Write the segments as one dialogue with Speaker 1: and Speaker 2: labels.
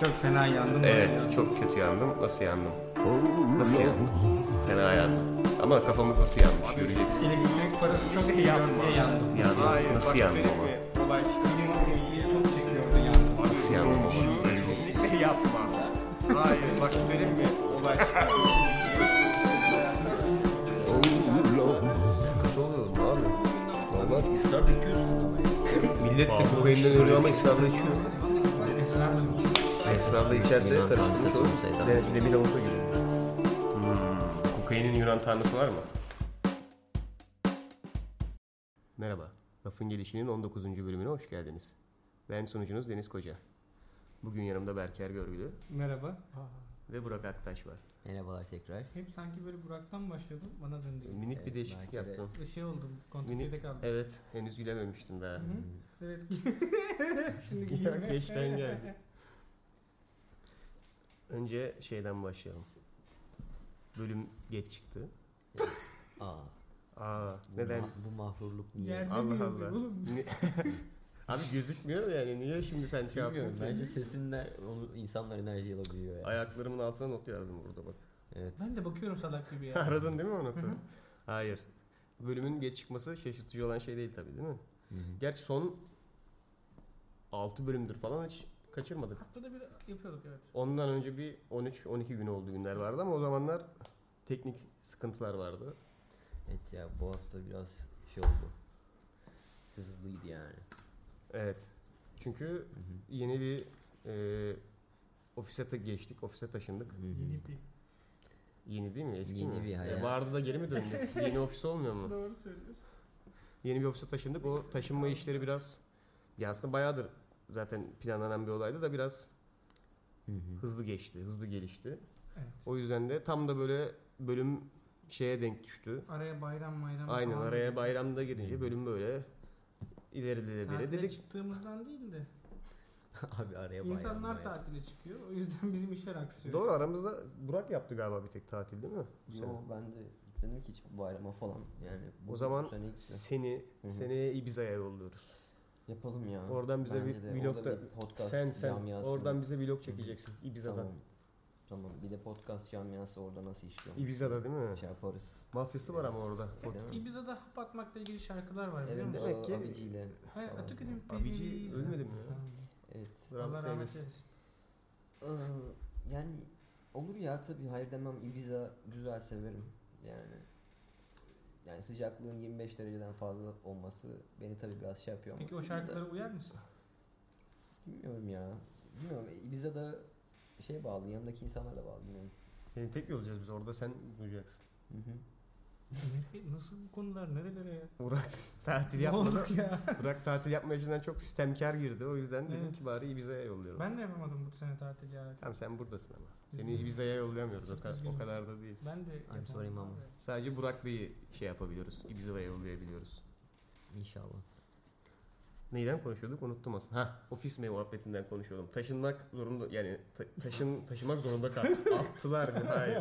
Speaker 1: Çok fena yandım.
Speaker 2: Evet çok kötü yandım. Nasıl yandım? Nasıl yandım? Fena yandım. Ama kafamız nasıl yanmış göreceksin.
Speaker 1: Elektrik parası çok iyi yandım. Diye yandım.
Speaker 2: Yani
Speaker 3: Hayır,
Speaker 2: nasıl
Speaker 3: bak
Speaker 2: yandım
Speaker 3: seni
Speaker 2: ama?
Speaker 3: mi? Olay çıkıyor.
Speaker 1: Benim o ilgiyi çok çekiyordu yandım.
Speaker 2: Nasıl yandım ama?
Speaker 3: Şunu kesinlikle yapma. Hayır, bak senin mi? Olay çıkıyor.
Speaker 2: Kötü oluyorum abi. Normal ısrarla içiyorsun. Millet de kokainden ölüyor ama ısrarla içiyor. Esrarla içerse
Speaker 4: Yunan
Speaker 2: karıştırmış
Speaker 4: tanrısı
Speaker 2: olur.
Speaker 4: olsaydı
Speaker 2: Zeynep Demirel olduğu gibi. Hmm, Kokainin Yunan tanrısı var mı? Merhaba. Lafın Gelişi'nin 19. bölümüne hoş geldiniz. Ben sunucunuz Deniz Koca. Bugün yanımda Berker Görgülü
Speaker 1: Merhaba.
Speaker 2: ve Burak Aktaş var.
Speaker 4: Merhabalar tekrar.
Speaker 1: Hep sanki böyle Burak'tan başlıyordum. Bana döndü.
Speaker 2: Minik bir
Speaker 4: Evet,
Speaker 2: değişiklik
Speaker 4: belki de-
Speaker 2: yaptım.
Speaker 1: Bir şey oldu. Kontak
Speaker 2: Minik,
Speaker 1: yedek aldım.
Speaker 2: evet henüz gülememiştim daha.
Speaker 1: Hı. Evet. Şimdi gülüyor.
Speaker 2: Burak geçten geldi. Önce şeyden başlayalım. Bölüm geç çıktı.
Speaker 4: Aa,
Speaker 2: Aa
Speaker 4: bu
Speaker 2: neden?
Speaker 4: ma- bu mahrurluk niye?
Speaker 1: Yerde mi
Speaker 2: Allah
Speaker 1: yazıyor
Speaker 2: Allah.
Speaker 1: oğlum?
Speaker 2: Ni- Abi gözükmüyor yani niye şimdi sen şey
Speaker 4: Bilmiyorum
Speaker 2: yapıyorsun?
Speaker 4: bence sesinle onu insanlar enerji alabiliyor yani.
Speaker 2: Ayaklarımın altına not yazdım burada bak.
Speaker 4: Evet.
Speaker 1: Ben de bakıyorum salak gibi ya.
Speaker 2: Aradın değil mi o notu? Hayır. Bölümün geç çıkması şaşırtıcı olan şey değil tabii değil mi?
Speaker 4: Hı hı.
Speaker 2: Gerçi son 6 bölümdür falan hiç kaçırmadık.
Speaker 1: Haftada bir yapıyorduk evet.
Speaker 2: Ondan önce bir 13-12 gün oldu günler vardı ama o zamanlar teknik sıkıntılar vardı.
Speaker 4: Evet ya bu hafta biraz şey oldu. Hızlıydı yani.
Speaker 2: Evet. Çünkü
Speaker 4: Hı hı.
Speaker 2: yeni bir e, ofise ta- geçtik, ofise taşındık.
Speaker 4: Hı hı.
Speaker 1: Yeni bir.
Speaker 2: Yeni değil mi? Eski
Speaker 4: Yeni
Speaker 2: mi?
Speaker 4: bir
Speaker 2: E,
Speaker 4: hayat.
Speaker 2: vardı da geri mi döndü? Yeni ofis olmuyor mu?
Speaker 1: Doğru söylüyorsun.
Speaker 2: Yeni bir ofise taşındık. O taşınma işleri biraz ya aslında bayağıdır zaten planlanan bir olaydı da biraz
Speaker 4: Hı hı.
Speaker 2: hızlı geçti, hızlı gelişti.
Speaker 1: Evet.
Speaker 2: O yüzden de tam da böyle bölüm şeye denk düştü.
Speaker 1: Araya bayram bayram.
Speaker 2: Aynen
Speaker 1: falan.
Speaker 2: araya bayramda
Speaker 4: Hmm.
Speaker 2: girince bölüm böyle ilerledi
Speaker 1: Tatile
Speaker 2: böyle dedik.
Speaker 1: çıktığımızdan değil de
Speaker 4: Abi araya bayram.
Speaker 1: insanlar
Speaker 4: bayram.
Speaker 1: tatile çıkıyor. O yüzden bizim işler aksıyor.
Speaker 2: Doğru aramızda Burak yaptı galiba bir tek tatil değil mi? bu sene?
Speaker 4: Yo ben de dedim ki hiç bayrama falan yani. bu-
Speaker 2: O zaman
Speaker 4: bu sene hiç-
Speaker 2: Seni,
Speaker 4: Hı hı.
Speaker 2: seneye Ibiza'ya yolluyoruz.
Speaker 4: yapalım ya.
Speaker 2: Oradan bize
Speaker 4: Bence de.
Speaker 2: bir
Speaker 4: Orada
Speaker 2: vlogda
Speaker 4: bir podcast
Speaker 2: sen sen
Speaker 4: camiası-
Speaker 2: oradan bize vlog çekeceksin Ibiza'da.
Speaker 4: Tamam. Tamam. Bir de podcast camiası orada nasıl işliyor?
Speaker 2: Ibiza'da değil mi?
Speaker 4: Şey yaparız.
Speaker 2: Mafyası var ama orada.
Speaker 4: Değil mi?
Speaker 1: Ibiza'da hap atmakla ilgili şarkılar var biliyor
Speaker 4: Evet,
Speaker 1: musun?
Speaker 2: Demek
Speaker 4: demek
Speaker 2: ki-
Speaker 4: ki... Abiciyle.
Speaker 1: Hayır, Atatürk'ün
Speaker 2: Abici
Speaker 1: Ibiza.
Speaker 2: ölmedi mi ya?
Speaker 4: Evet.
Speaker 1: Allah
Speaker 2: Rahmet
Speaker 1: rahmet
Speaker 2: eylesin.
Speaker 1: eylesin.
Speaker 4: Ee, yani olur ya tabii hayır demem. Ibiza güzel severim. Yani yani sıcaklığın 25 dereceden fazla olması beni tabii biraz şey yapıyor ama.
Speaker 1: Peki o
Speaker 4: Ibiza-
Speaker 1: şarkılara uyar mısın?
Speaker 4: Bilmiyorum ya. Bilmiyorum. Ibiza da şey bağlı. Yanındaki insanlar da bağlı. Bilmiyorum.
Speaker 2: Seni tek yollayacağız biz orada sen duyacaksın.
Speaker 4: Hı hı.
Speaker 1: Nereye- E, Nasıl bu konular nerelere ya?
Speaker 2: Burak tatil
Speaker 1: Ne
Speaker 2: yapmadı.
Speaker 1: olduk ya?
Speaker 2: Burak tatil yapma yüzünden çok sistemkar girdi. O yüzden dedim
Speaker 1: Evet.
Speaker 2: ki bari Ibiza'ya yolluyorum.
Speaker 1: Ben de yapamadım bu sene tatil ya.
Speaker 2: Tamam sen buradasın ama. Seni Ibiza'ya yollayamıyoruz. O, ka- o kadar da değil.
Speaker 1: Ben de yapamadım.
Speaker 4: sorry mama.
Speaker 1: abi.
Speaker 2: Sadece Burak Bey'i şey yapabiliyoruz. Ibiza'ya yollayabiliyoruz.
Speaker 4: İnşallah.
Speaker 2: Neyden konuşuyorduk unuttum aslında. Ha, ofis mi muhabbetinden konuşuyordum. Taşınmak zorunda yani ta- taşın taşımak zorunda kaldık. Attılar mı? Hayır.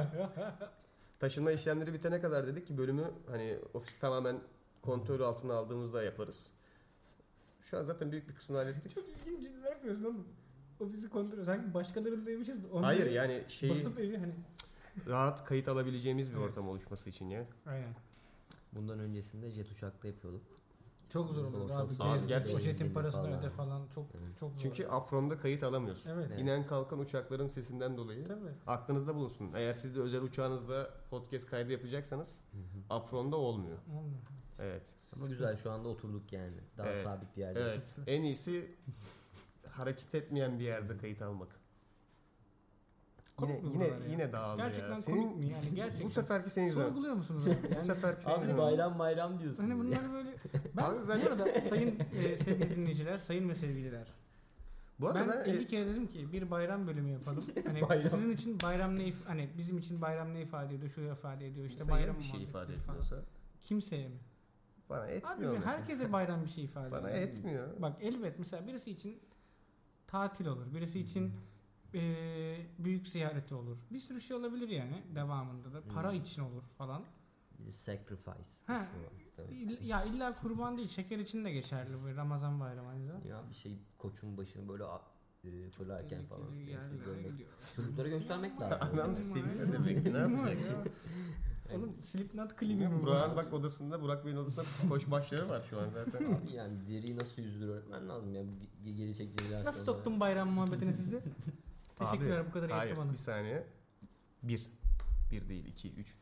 Speaker 2: Taşınma işlemleri bitene kadar dedik ki bölümü hani ofisi tamamen kontrol altına aldığımızda yaparız. Şu an zaten büyük bir kısmını hallettik.
Speaker 1: Çok ilginç cümleler yapıyorsun oğlum. O bizi kontrol sanki başkalarındaymışız. Onları
Speaker 2: Hayır şey- yani şeyi
Speaker 1: Basıp evi hani.
Speaker 2: rahat kayıt alabileceğimiz bir
Speaker 1: Evet.
Speaker 2: ortam oluşması için ya.
Speaker 1: Aynen.
Speaker 4: Bundan öncesinde jet uçakta yapıyorduk.
Speaker 1: Çok zor
Speaker 4: Zor,
Speaker 1: oldu
Speaker 4: çok
Speaker 1: abi.
Speaker 4: zor.
Speaker 1: Gez,
Speaker 2: Abi gerçekten
Speaker 1: poşetin
Speaker 4: zor
Speaker 1: parasını
Speaker 4: falan.
Speaker 1: öde falan çok
Speaker 4: Evet.
Speaker 1: çok zor.
Speaker 2: Çünkü apronda kayıt alamıyorsun.
Speaker 1: evet.
Speaker 4: Evet.
Speaker 2: İnen kalkan uçakların sesinden dolayı.
Speaker 1: Tabii.
Speaker 2: Aklınızda bulunsun. Eğer siz de özel uçağınızda podcast kaydı yapacaksanız
Speaker 4: Hı hı.
Speaker 2: apronda olmuyor.
Speaker 1: Olmuyor.
Speaker 2: Evet.
Speaker 4: Ama güzel şu anda oturduk yani. Daha
Speaker 2: Evet.
Speaker 4: sabit bir yerde.
Speaker 2: Evet. En iyisi hareket etmeyen bir yerde kayıt almak. Yine
Speaker 1: Komik mi
Speaker 2: yine
Speaker 1: buralar ya?
Speaker 2: yine dağıldı
Speaker 1: Gerçekten
Speaker 2: ya.
Speaker 1: komik mi yani? Gerçekten.
Speaker 2: Bu seferki senin yüzünden.
Speaker 1: Sorguluyor musunuz abi?
Speaker 2: Bu
Speaker 1: Yani
Speaker 2: seferki senin
Speaker 4: Abi
Speaker 2: yüzünden.
Speaker 4: bayram bayram diyorsun.
Speaker 1: Hani
Speaker 4: bize.
Speaker 1: bunlar böyle... Ben,
Speaker 2: Abi
Speaker 1: Abi
Speaker 2: ben-
Speaker 1: Bu arada sayın e, sevgili dinleyiciler, sayın ve sevgililer.
Speaker 2: Bu arada
Speaker 1: ben
Speaker 2: ben, e-
Speaker 1: 50 kere dedim ki bir bayram bölümü yapalım. Hani
Speaker 4: Bayram.
Speaker 1: sizin için bayram ne if- hani bizim için bayram ne ifade ediyor, şu ifade ediyor işte
Speaker 2: Mesela
Speaker 1: bayram
Speaker 2: bir şey
Speaker 1: muhabbeti
Speaker 2: ifade
Speaker 1: falan.
Speaker 2: etmiyorsa
Speaker 1: Kimseye mi?
Speaker 2: bana etmiyor.
Speaker 1: Abi bir-
Speaker 2: mesela.
Speaker 1: herkese bayram bir şey ifade
Speaker 2: bana
Speaker 1: ediyor.
Speaker 2: etmiyor.
Speaker 1: Bak elbet mesela birisi için tatil olur,
Speaker 2: Hmm.
Speaker 1: birisi için e, büyük ziyareti olur. Bir sürü şey olabilir yani devamında da. Para
Speaker 4: Hmm.
Speaker 1: için olur falan.
Speaker 4: Bir de Sacrifice
Speaker 1: Ha.
Speaker 4: kısmı var. Tabii.
Speaker 1: İll- ya illa kurban değil şeker için de geçerli bu Ramazan bayramı Hani aynı zamanda.
Speaker 4: Ya bir şey koçun başını böyle a- e, e, fırlarken
Speaker 1: Tehlikeli
Speaker 4: falan. Neyse,
Speaker 1: yerlere
Speaker 4: görmek.
Speaker 1: gidiyor.
Speaker 4: Çocuklara göstermek lazım.
Speaker 2: Anam seni ne demek ne yapacaksın?
Speaker 1: Oğlum Slipknot klibi mi bu?
Speaker 2: Burak'ın bak odasında Burak Bey'in odasında koş başları var şu an zaten.
Speaker 4: Abi yani deriyi nasıl yüzdür öğretmen lazım ya. Bu ge- Geri çekiciler
Speaker 1: Nasıl soktum bayram muhabbetine sizi? Teşekkürler bu kadar
Speaker 2: Hayır
Speaker 1: yaptı bana.
Speaker 2: bir saniye. Bir. Bir değil iki üç.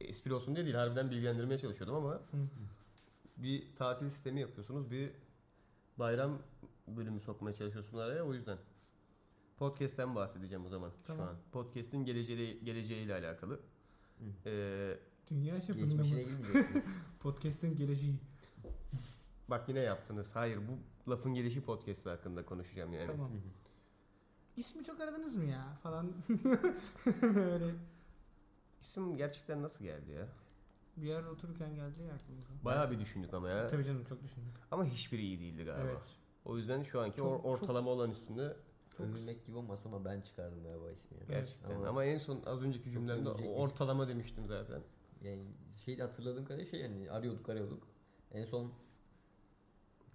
Speaker 2: Espri olsun diye değil harbiden bilgilendirmeye çalışıyordum ama
Speaker 1: Hı.
Speaker 2: bir tatil sistemi yapıyorsunuz bir bayram bölümü sokmaya çalışıyorsunuz araya o yüzden. Podcast'ten bahsedeceğim o zaman
Speaker 1: Tamam.
Speaker 2: şu an. Podcast'in geleceği, geleceğiyle alakalı. Ee,
Speaker 1: Dünya çapında
Speaker 4: Geçmişine
Speaker 1: bu.
Speaker 4: girmeyeceksiniz.
Speaker 1: Podcast'in geleceği.
Speaker 2: bak yine yaptınız. Hayır bu lafın gelişi podcast hakkında konuşacağım yani.
Speaker 1: Tamam. İsmi çok aradınız mı ya falan böyle
Speaker 2: İsim gerçekten nasıl geldi ya?
Speaker 1: bir yerde otururken geldi ya aklımıza.
Speaker 2: Bayağı bir düşündük ama ya.
Speaker 1: Tabii canım çok düşündüm.
Speaker 2: Ama hiçbiri iyi değildi galiba.
Speaker 1: Evet.
Speaker 2: O yüzden şu anki
Speaker 1: Çok-
Speaker 2: or- ortalama olan üstünde
Speaker 4: Övülmek gibi olmasa ama ben çıkardım galiba ismini.
Speaker 2: gerçekten.
Speaker 4: Ama-
Speaker 2: Ama en son az önceki cümlemde
Speaker 4: övülecek bir-
Speaker 2: ortalama demiştim zaten.
Speaker 4: Yani şey de hatırladığım kadarıyla şey yani arıyorduk arıyorduk. En son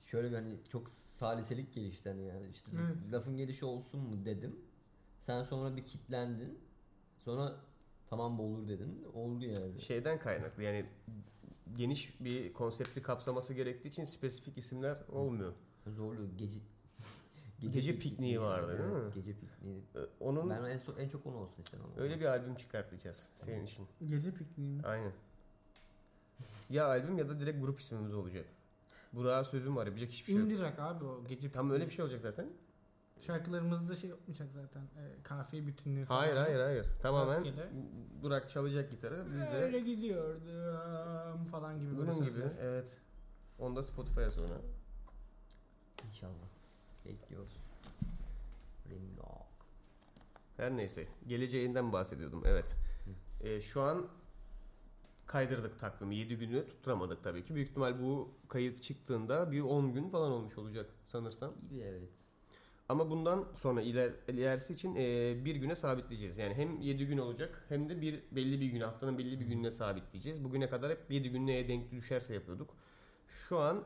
Speaker 4: şöyle bir hani çok saliselik gelişti hani yani işte
Speaker 1: Evet.
Speaker 4: lafın gelişi olsun mu dedim. Sen sonra bir kitlendin. Sonra tamam bu olur dedin. Oldu yani.
Speaker 2: Şeyden kaynaklı yani geniş bir konsepti kapsaması gerektiği için spesifik isimler olmuyor.
Speaker 4: Zorlu gece
Speaker 2: Gece pikniği vardı, değil
Speaker 4: Evet,
Speaker 2: mi?
Speaker 4: Gece pikniği.
Speaker 2: Ee, Onun
Speaker 4: Ben en, son, en çok onu olsun istedim ama.
Speaker 2: öyle bir albüm çıkartacağız senin için.
Speaker 1: Gece pikniği mi?
Speaker 2: Aynen. Ya albüm ya da direkt grup ismimiz olacak. Burak'a sözüm var yapacak hiçbir şey yok.
Speaker 1: İndirak abi o gece
Speaker 2: Tam öyle bir şey olacak zaten.
Speaker 1: Şarkılarımızda şey yapmayacak zaten. E, kafiye bütünlüğü falan.
Speaker 2: Hayır hayır hayır. Tamamen
Speaker 1: Rastgele.
Speaker 2: Burak çalacak gitarı. Biz de
Speaker 1: Öyle gidiyordu am falan gibi böyle
Speaker 2: Bunun gibi
Speaker 1: sözler.
Speaker 2: evet. Onda Spotify'a sonra.
Speaker 4: İnşallah. Bekliyoruz. Rimlock.
Speaker 2: Her neyse. Geleceğinden bahsediyordum. Evet. Ee, şu an kaydırdık takvimi. 7 günü tutturamadık tabii ki. Büyük ihtimal bu kayıt çıktığında bir 10 gün falan olmuş olacak sanırsam.
Speaker 4: İyi bir evet.
Speaker 2: Ama bundan sonra iler, ilerisi için e, bir güne sabitleyeceğiz. Yani hem 7 gün olacak hem de bir belli bir gün haftanın belli bir gününe sabitleyeceğiz. Bugüne kadar hep 7 gün neye denk düşerse yapıyorduk. Şu an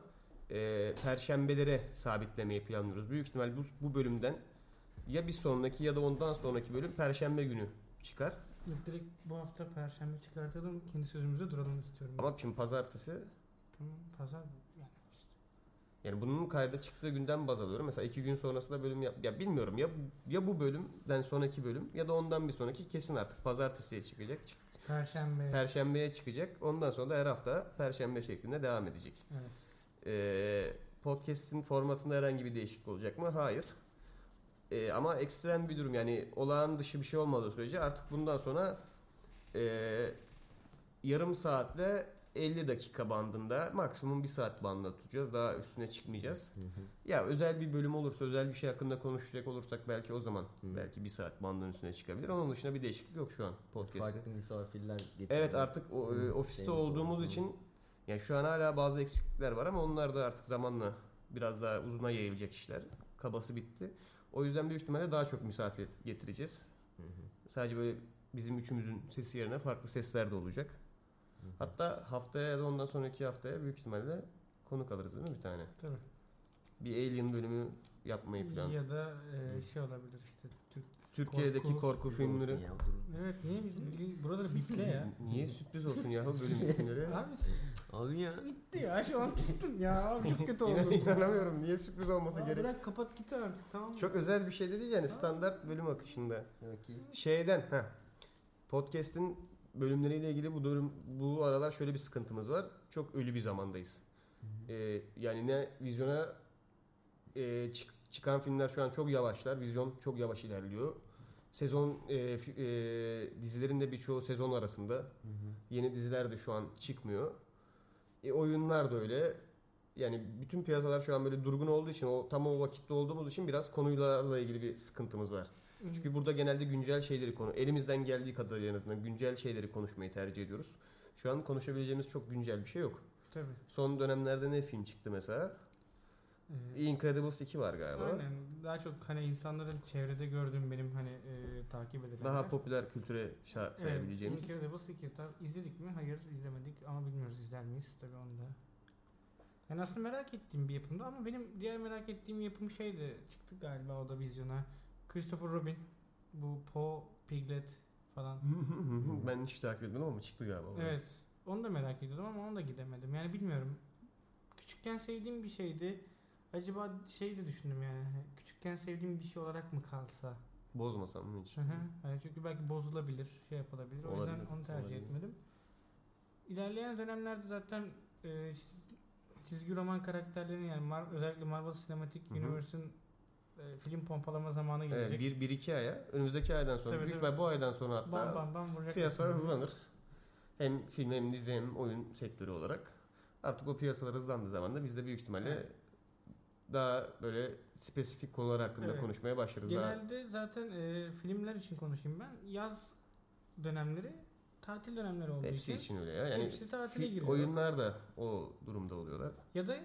Speaker 2: e, perşembelere sabitlemeyi planlıyoruz. Büyük ihtimal bu, bu bölümden ya bir sonraki ya da ondan sonraki bölüm perşembe günü çıkar.
Speaker 1: Yok direkt bu hafta perşembe çıkartalım. Kendi sözümüze duralım istiyorum.
Speaker 2: Ama şimdi pazartesi
Speaker 1: Tamam pazar bu. yani işte.
Speaker 2: yani bunun kayda çıktığı günden baz alıyorum. Mesela iki gün sonrasında bölüm yap ya bilmiyorum ya ya bu bölümden sonraki bölüm ya da ondan bir sonraki kesin artık pazartesiye çıkacak.
Speaker 1: Perşembe.
Speaker 2: Perşembeye çıkacak. Ondan sonra da her hafta Perşembe şeklinde devam edecek.
Speaker 1: evet.
Speaker 2: Ee, podcast'in formatında herhangi bir değişiklik olacak mı? Hayır. Ee, ama ekstrem bir durum yani olağan dışı bir şey olmadığı sürece artık bundan sonra ee, yarım saatle 50 dakika bandında maksimum bir saat bandında tutacağız. Daha üstüne çıkmayacağız. Ya özel bir bölüm olursa özel bir şey hakkında konuşacak olursak belki o zaman
Speaker 4: Hı.
Speaker 2: belki bir saat bandının üstüne çıkabilir. Onun dışında bir değişiklik yok şu an podcast'te.
Speaker 4: Farklı misafirler getirdim.
Speaker 2: Evet artık o, e,
Speaker 4: Hı,
Speaker 2: ofiste
Speaker 4: temiz
Speaker 2: olduğumuz
Speaker 4: oldu.
Speaker 2: için yani şu an hala bazı eksiklikler var ama onlar da artık zamanla biraz daha uzuna yayılacak işler. Kabası bitti. O yüzden büyük ihtimalle daha çok misafir getireceğiz.
Speaker 4: Hı hı.
Speaker 2: Sadece böyle bizim üçümüzün sesi yerine farklı sesler de olacak. Hatta haftaya ya da ondan sonraki haftaya büyük ihtimalle konuk alırız değil mi bir tane?
Speaker 1: Tabii.
Speaker 2: Bir Alien bölümü yapmayı plan.
Speaker 1: Ya da e, şey olabilir işte Türk.
Speaker 2: Türkiye'deki korku,
Speaker 1: Korku-
Speaker 2: filmleri.
Speaker 4: Ya, durun.
Speaker 1: Evet niye bizim buraları biple ya. E,
Speaker 2: Niye sürpriz olsun yahu bölüm isimleri?
Speaker 1: Abi
Speaker 4: Abi ya.
Speaker 1: bitti ya şu an küstüm ya abi çok kötü oldu.
Speaker 2: İnan- İnanamıyorum niye sürpriz olması
Speaker 1: Aa,
Speaker 2: gerek?
Speaker 1: bırak kapat git artık tamam mı?
Speaker 2: Çok özel bir şey de değil yani standart bölüm akışında.
Speaker 4: Demek ki
Speaker 2: Şeyden ha. Podcast'in bölümleriyle ilgili bu durum bu aralar şöyle bir sıkıntımız var. Çok ölü bir zamandayız. Ee, yani ne vizyona e, çık- çıkan filmler şu an çok yavaşlar. Vizyon çok yavaş ilerliyor. Sezon e, fi- e, dizilerin de birçoğu sezon arasında. Yeni diziler de şu an çıkmıyor. E, oyunlar da öyle. Yani bütün piyasalar şu an böyle durgun olduğu için o tam o vakitte olduğumuz için biraz konuyla ilgili bir sıkıntımız var.
Speaker 1: Hı.
Speaker 2: Çünkü burada genelde güncel şeyleri konu elimizden geldiği kadarıyla en azından güncel şeyleri konuşmayı tercih ediyoruz. Şu an konuşabileceğimiz çok güncel bir şey yok.
Speaker 1: Tabii.
Speaker 2: Son dönemlerde ne film çıktı mesela?
Speaker 1: Ee,
Speaker 2: Incredibles 2 var galiba.
Speaker 1: Aynen. Daha çok hani insanların çevrede gördüğüm benim hani e, takip edilenler.
Speaker 2: Daha popüler kültüre şa- sayabileceğimiz.
Speaker 1: Evet, Incredibles 2 tar- izledik mi? Hayır izlemedik ama bilmiyoruz izler miyiz tabii onu da. Yani aslında merak ettiğim bir yapımdı ama benim diğer merak ettiğim yapım şeydi. Çıktı galiba o da vizyona. Christopher Robin. Bu Poe, Piglet falan.
Speaker 2: ben hiç takip etmedim ama çıktı galiba. bu.
Speaker 1: Evet. Onu da merak ediyordum ama ona da gidemedim. Yani bilmiyorum. Küçükken sevdiğim bir şeydi. Acaba şey de düşündüm yani. hani Küçükken sevdiğim bir şey olarak mı kalsa?
Speaker 2: Bozmasam mı hiç?
Speaker 1: Hı hı. Yani çünkü belki bozulabilir, şey yapılabilir. O yüzden
Speaker 2: Olabilir,
Speaker 1: onu tercih
Speaker 2: olabilir.
Speaker 1: etmedim. İlerleyen dönemlerde zaten e, çiz- çizgi roman karakterlerinin yani Mar- özellikle Marvel Cinematic
Speaker 2: Hı hı.
Speaker 1: Universe'ın e, film pompalama zamanı gelecek.
Speaker 2: Evet, bir, bir iki aya önümüzdeki aydan sonra
Speaker 1: Tabii,
Speaker 2: büyük
Speaker 1: tabii.
Speaker 2: ihtimal bu aydan sonra hatta
Speaker 1: Bam bam bam vuracak.
Speaker 2: piyasa
Speaker 1: hepsini.
Speaker 2: hızlanır. Hem film hem dizi hem oyun sektörü olarak. Artık o piyasalar hızlandığı zaman da biz de büyük ihtimalle
Speaker 1: Evet.
Speaker 2: daha böyle spesifik konular hakkında
Speaker 1: Evet.
Speaker 2: konuşmaya başlarız. Daha
Speaker 1: Genelde zaten e, filmler için konuşayım ben. Yaz dönemleri tatil dönemleri olduğu
Speaker 2: hepsi
Speaker 1: için
Speaker 2: için öyle ya. Yani
Speaker 1: hepsi tatile
Speaker 2: fi-
Speaker 1: giriyor.
Speaker 2: oyunlar da o durumda oluyorlar.
Speaker 1: ya da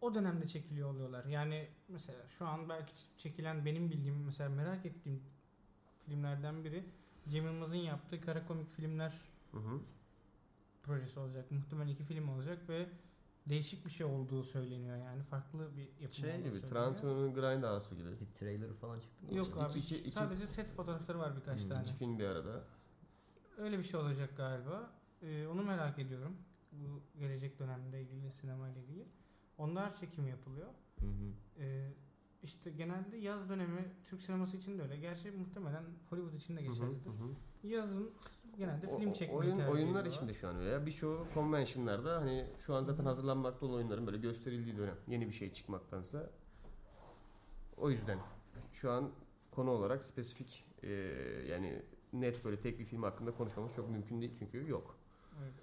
Speaker 1: o dönemde çekiliyor oluyorlar. Yani mesela şu an belki ç- çekilen benim bildiğim mesela merak ettiğim filmlerden biri Cem Yılmaz'ın yaptığı kara komik filmler
Speaker 2: Hı hı.
Speaker 1: projesi olacak. Muhtemelen iki film olacak ve değişik bir şey olduğu söyleniyor yani farklı bir yapım
Speaker 2: Şey
Speaker 1: olduğu
Speaker 2: gibi
Speaker 1: söyleniyor.
Speaker 2: Tarantino'nun Grindhouse'u gibi.
Speaker 4: Bir trailer falan çıktı mı? Şey
Speaker 1: Yok abi
Speaker 2: iki- iki-
Speaker 1: sadece set fotoğrafları var birkaç
Speaker 4: Hmm,
Speaker 1: tane.
Speaker 2: İki film bir arada.
Speaker 1: Öyle bir şey olacak galiba. Ee, onu merak ediyorum. Bu gelecek dönemle ilgili, sinema ile ilgili. Onlar çekim yapılıyor.
Speaker 4: Hı hı.
Speaker 1: Ee, işte genelde yaz dönemi Türk sineması için de öyle. Gerçi muhtemelen Hollywood için de
Speaker 2: Hı hı,
Speaker 1: geçerlidir.
Speaker 2: hı hı.
Speaker 1: Yazın genelde
Speaker 2: O-
Speaker 1: film
Speaker 2: o-
Speaker 1: çekmeyi
Speaker 2: oyun,
Speaker 1: tercih
Speaker 2: Oyunlar
Speaker 1: ediyorlar.
Speaker 2: için de şu an öyle. ya. Birçoğu konvensiyonlarda hani şu an zaten hazırlanmakta olan oyunların böyle gösterildiği dönem. Yeni bir şey çıkmaktansa. O yüzden şu an konu olarak spesifik e, yani net böyle tek bir film hakkında konuşmamız çok mümkün değil çünkü yok.
Speaker 1: Evet.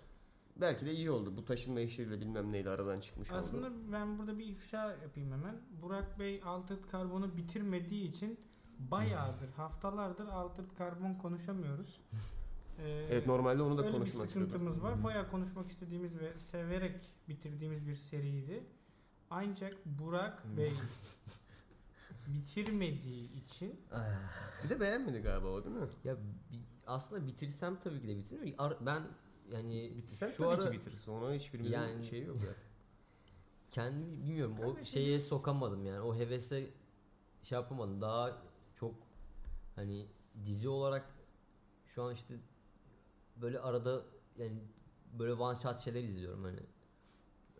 Speaker 2: Belki de iyi oldu. Bu taşınma işleriyle bilmem neyle aradan çıkmış oldu.
Speaker 1: Aslında e, ben burada bir ifşa yapayım hemen. Burak Bey Altırt Karbon'u bitirmediği için bayağıdır, haftalardır Altırt Karbon konuşamıyoruz. Ee,
Speaker 2: Evet normalde onu da
Speaker 1: Öyle bir
Speaker 2: konuşmak istiyordum.
Speaker 1: sıkıntımız var.
Speaker 4: Hı.
Speaker 1: Bayağı konuşmak istediğimiz ve severek bitirdiğimiz bir seriydi. Ancak Burak
Speaker 4: Hı.
Speaker 1: Bey bitirmediği için
Speaker 4: Ah.
Speaker 2: Bir de beğenmedi galiba o değil mi?
Speaker 4: Ya bi- aslında bitirsem tabii ki de bitiririm. Ar- ben yani
Speaker 2: Bitirsen
Speaker 4: E, şu
Speaker 2: tabii ki
Speaker 4: ara
Speaker 2: bitirsin. Ona hiçbirimizin
Speaker 4: Yani-
Speaker 2: şeyi yok ya.
Speaker 4: kendimi bilmiyorum
Speaker 1: Kardeşim.
Speaker 4: o şeye sokamadım yani o hevese şey yapamadım. Daha çok hani dizi olarak şu an işte böyle arada yani böyle one shot şeyler izliyorum hani.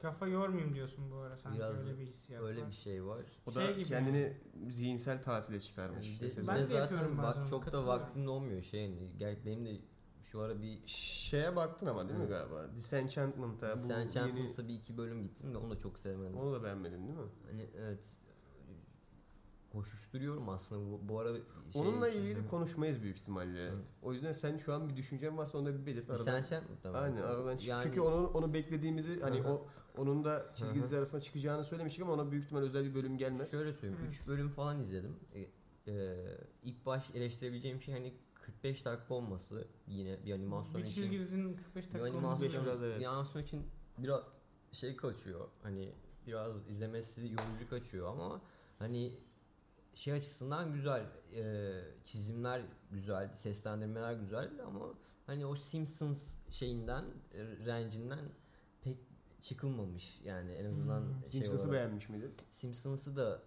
Speaker 1: kafa yormayayım diyorsun bu ara. Sanki
Speaker 4: Biraz
Speaker 1: öyle bir hissiyat
Speaker 4: Öyle
Speaker 1: var.
Speaker 4: bir şey var.
Speaker 2: O
Speaker 1: Şey
Speaker 2: da
Speaker 1: gibi
Speaker 2: kendini zihinsel tatile
Speaker 4: Yani
Speaker 2: çıkarmış.
Speaker 4: Ee, de,
Speaker 2: Mesela-
Speaker 1: Ben
Speaker 4: de
Speaker 1: de yapıyorum
Speaker 4: zaten
Speaker 1: bazen,
Speaker 4: bak, çok da
Speaker 1: katılıyorum.
Speaker 4: vaktim olmuyor şeyin. Gel benim de şu ara bir
Speaker 2: Şeye baktın ama değil mi
Speaker 4: Evet.
Speaker 2: galiba? Disenchantment'a bu
Speaker 4: sen
Speaker 2: yeni...
Speaker 4: Champions'a bir iki bölüm gittim de onu da çok sevmedim.
Speaker 2: Onu da beğenmedin değil mi?
Speaker 4: Hani evet koşuşturuyorum aslında bu, bu ara şey,
Speaker 2: Onunla ilgili konuşmayız büyük ihtimalle.
Speaker 4: Hı.
Speaker 2: O yüzden sen şu an bir düşüncen varsa onu da bir belirt. Aradan...
Speaker 4: sen şey yapma tamam.
Speaker 2: Aynen aradan çık.
Speaker 4: Yani-
Speaker 2: Çünkü onu, onu beklediğimizi hani
Speaker 4: Hı hı.
Speaker 2: o onun da çizgi
Speaker 4: Hı hı.
Speaker 2: dizi arasında çıkacağını söylemiştik ama ona büyük ihtimal özel bir bölüm gelmez.
Speaker 4: Şöyle söyleyeyim. 3 bölüm falan izledim. E, e, ilk baş eleştirebileceğim şey hani 45 dakika olması yine bir animasyon
Speaker 1: Bir
Speaker 4: için.
Speaker 1: çizgi dizinin 45
Speaker 4: bir
Speaker 1: dakika olması
Speaker 4: animasyon,
Speaker 2: Biraz
Speaker 1: lazım.
Speaker 2: evet.
Speaker 4: bir animasyon için biraz şey kaçıyor. Hani biraz izlemesi yorucu kaçıyor ama hani şey açısından güzel. e, çizimler güzel, seslendirmeler güzel ama hani o Simpsons şeyinden, e, rencinden pek çıkılmamış yani en azından
Speaker 1: Hmm.
Speaker 4: şey
Speaker 2: Simpsons'ı
Speaker 4: olarak.
Speaker 2: beğenmiş miydin?
Speaker 4: Simpsons'ı da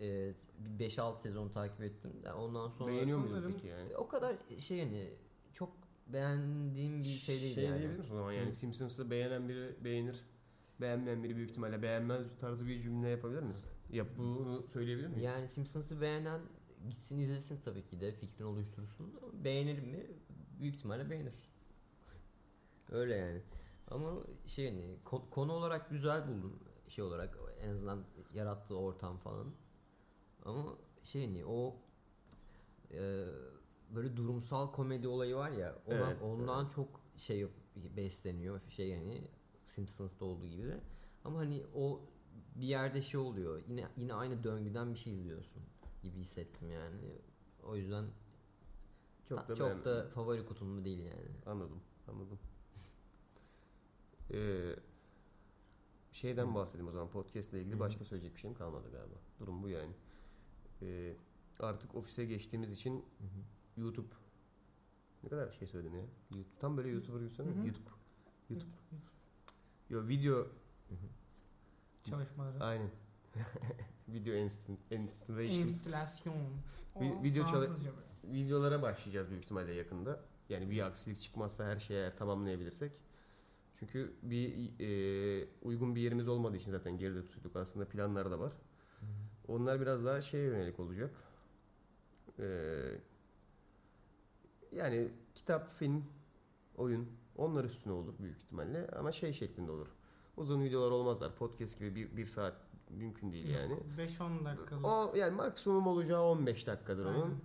Speaker 4: e, bir 5-6 sezon takip ettim. Yani ondan sonra
Speaker 2: Beğeniyor muydun
Speaker 1: sanırım-
Speaker 2: peki yani?
Speaker 4: o kadar şey yani çok beğendiğim bir şey değil yani.
Speaker 2: diyebilir misin o zaman yani
Speaker 4: Hı.
Speaker 2: Simpsons'ı beğenen biri beğenir. Beğenmeyen biri büyük ihtimalle beğenmez tarzı bir cümle yapabilir misin? Yap bunu söyleyebilir miyiz?
Speaker 4: Yani Simpsons'ı beğenen gitsin izlesin tabii ki de fikrini oluştursun. Beğenir mi? Büyük ihtimalle beğenir. Öyle yani. Ama şey yani ko- konu olarak güzel buldum şey olarak en azından yarattığı ortam falan. Ama şey yani o e, böyle durumsal komedi olayı var ya ondan,
Speaker 2: Evet,
Speaker 4: ondan çok şey yap- besleniyor şey yani Simpsons'ta olduğu gibi de. Ama hani o bir yerde şey oluyor. Yine yine aynı döngüden bir şey izliyorsun gibi hissettim yani. O yüzden
Speaker 2: Çok
Speaker 4: ta-
Speaker 2: da
Speaker 4: çok
Speaker 2: beğenmedim.
Speaker 4: da favori kutumda değil yani.
Speaker 2: Anladım, anladım. Ee, şeyden bahsedeyim o zaman. Podcast'le ilgili
Speaker 4: Hı.
Speaker 2: başka söyleyecek bir şeyim kalmadı galiba. Durum bu yani. Ee, artık ofise geçtiğimiz için YouTube ne kadar şey söyledim ya. YouTube, tam böyle YouTuber gibi söylemiyorum.
Speaker 1: Hı hı.
Speaker 2: YouTube. YouTube. Yo, video
Speaker 1: çalışmaları.
Speaker 2: Aynen. Video instant, installation.
Speaker 1: Enstitülasyon. O
Speaker 2: Vi- video çalı-
Speaker 1: Oh, Fransızca böyle.
Speaker 2: videolara başlayacağız büyük ihtimalle yakında. Yani bir aksilik çıkmazsa her şeyi eğer tamamlayabilirsek. Çünkü bir e, uygun bir yerimiz olmadığı için zaten geride tutuyorduk. Aslında planlar da var. Onlar biraz daha şeye yönelik olacak. Ee, yani kitap, film, oyun onlar üstüne olur büyük ihtimalle ama şey şeklinde olur. Uzun videolar olmazlar. Podcast gibi bir, bir saat mümkün değil yani.
Speaker 1: 5-10 dakikalık.
Speaker 2: O yani maksimum olacağı 15 dakikadır onun.
Speaker 1: Aynen.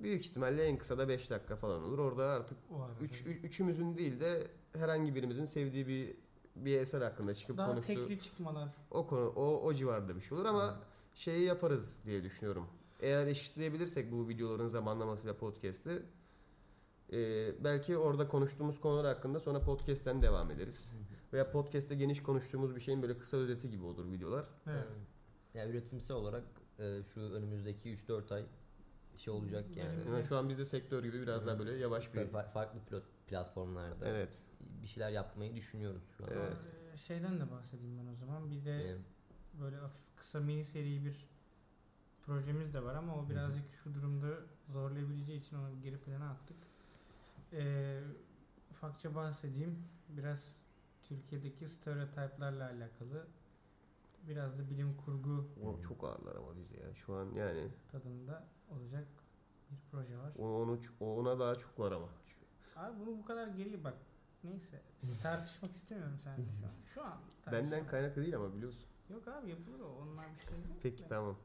Speaker 2: Büyük ihtimalle en kısa da 5 dakika falan olur. Orada artık
Speaker 1: O arada.
Speaker 2: üç, üç- üçümüzün değil de herhangi birimizin sevdiği bir bir eser hakkında çıkıp
Speaker 1: Daha
Speaker 2: konuştuğu
Speaker 1: tekli çıkmalar.
Speaker 2: o konu o o civarda bir şey olur ama şeyi yaparız diye düşünüyorum. Eğer eşitleyebilirsek bu videoların zamanlamasıyla podcast'i e, belki orada konuştuğumuz konular hakkında sonra podcast'ten devam ederiz. Veya podcast'te geniş konuştuğumuz bir şeyin böyle kısa özeti gibi olur videolar.
Speaker 1: Evet.
Speaker 4: Yani üretimsel olarak e, şu önümüzdeki 3-4 ay şey olacak yani.
Speaker 1: Benim-
Speaker 2: Yani şu an bizde sektör gibi biraz daha böyle yavaş bir...
Speaker 4: Fa- fa- farklı pilot platformlarda
Speaker 2: Evet.
Speaker 4: bir şeyler yapmayı düşünüyoruz şu an.
Speaker 1: Ama,
Speaker 2: Evet.
Speaker 1: e, Şeyden de bahsedeyim ben o zaman. Bir de
Speaker 4: Ee,
Speaker 1: böyle hafif kısa mini seri bir projemiz de var ama o birazcık şu durumda zorlayabileceği için onu geri plana attık. Ee, ufakça bahsedeyim. Biraz Türkiye'deki stereotiplerle alakalı. Biraz da bilim kurgu
Speaker 2: O çok ağırlar ama biz ya. Şu an yani
Speaker 1: tadında olacak bir proje var.
Speaker 2: o- onu ç- o- ona daha çok var ama.
Speaker 1: Abi bunu bu kadar geriye bak. Neyse tartışmak istemiyorum sen şu an. Şu an tartışma.
Speaker 2: Benden kaynaklı değil ama biliyorsun.
Speaker 1: Yok abi yapılır o. Onlar bir şey değil.
Speaker 2: Peki
Speaker 1: de.
Speaker 2: tamam.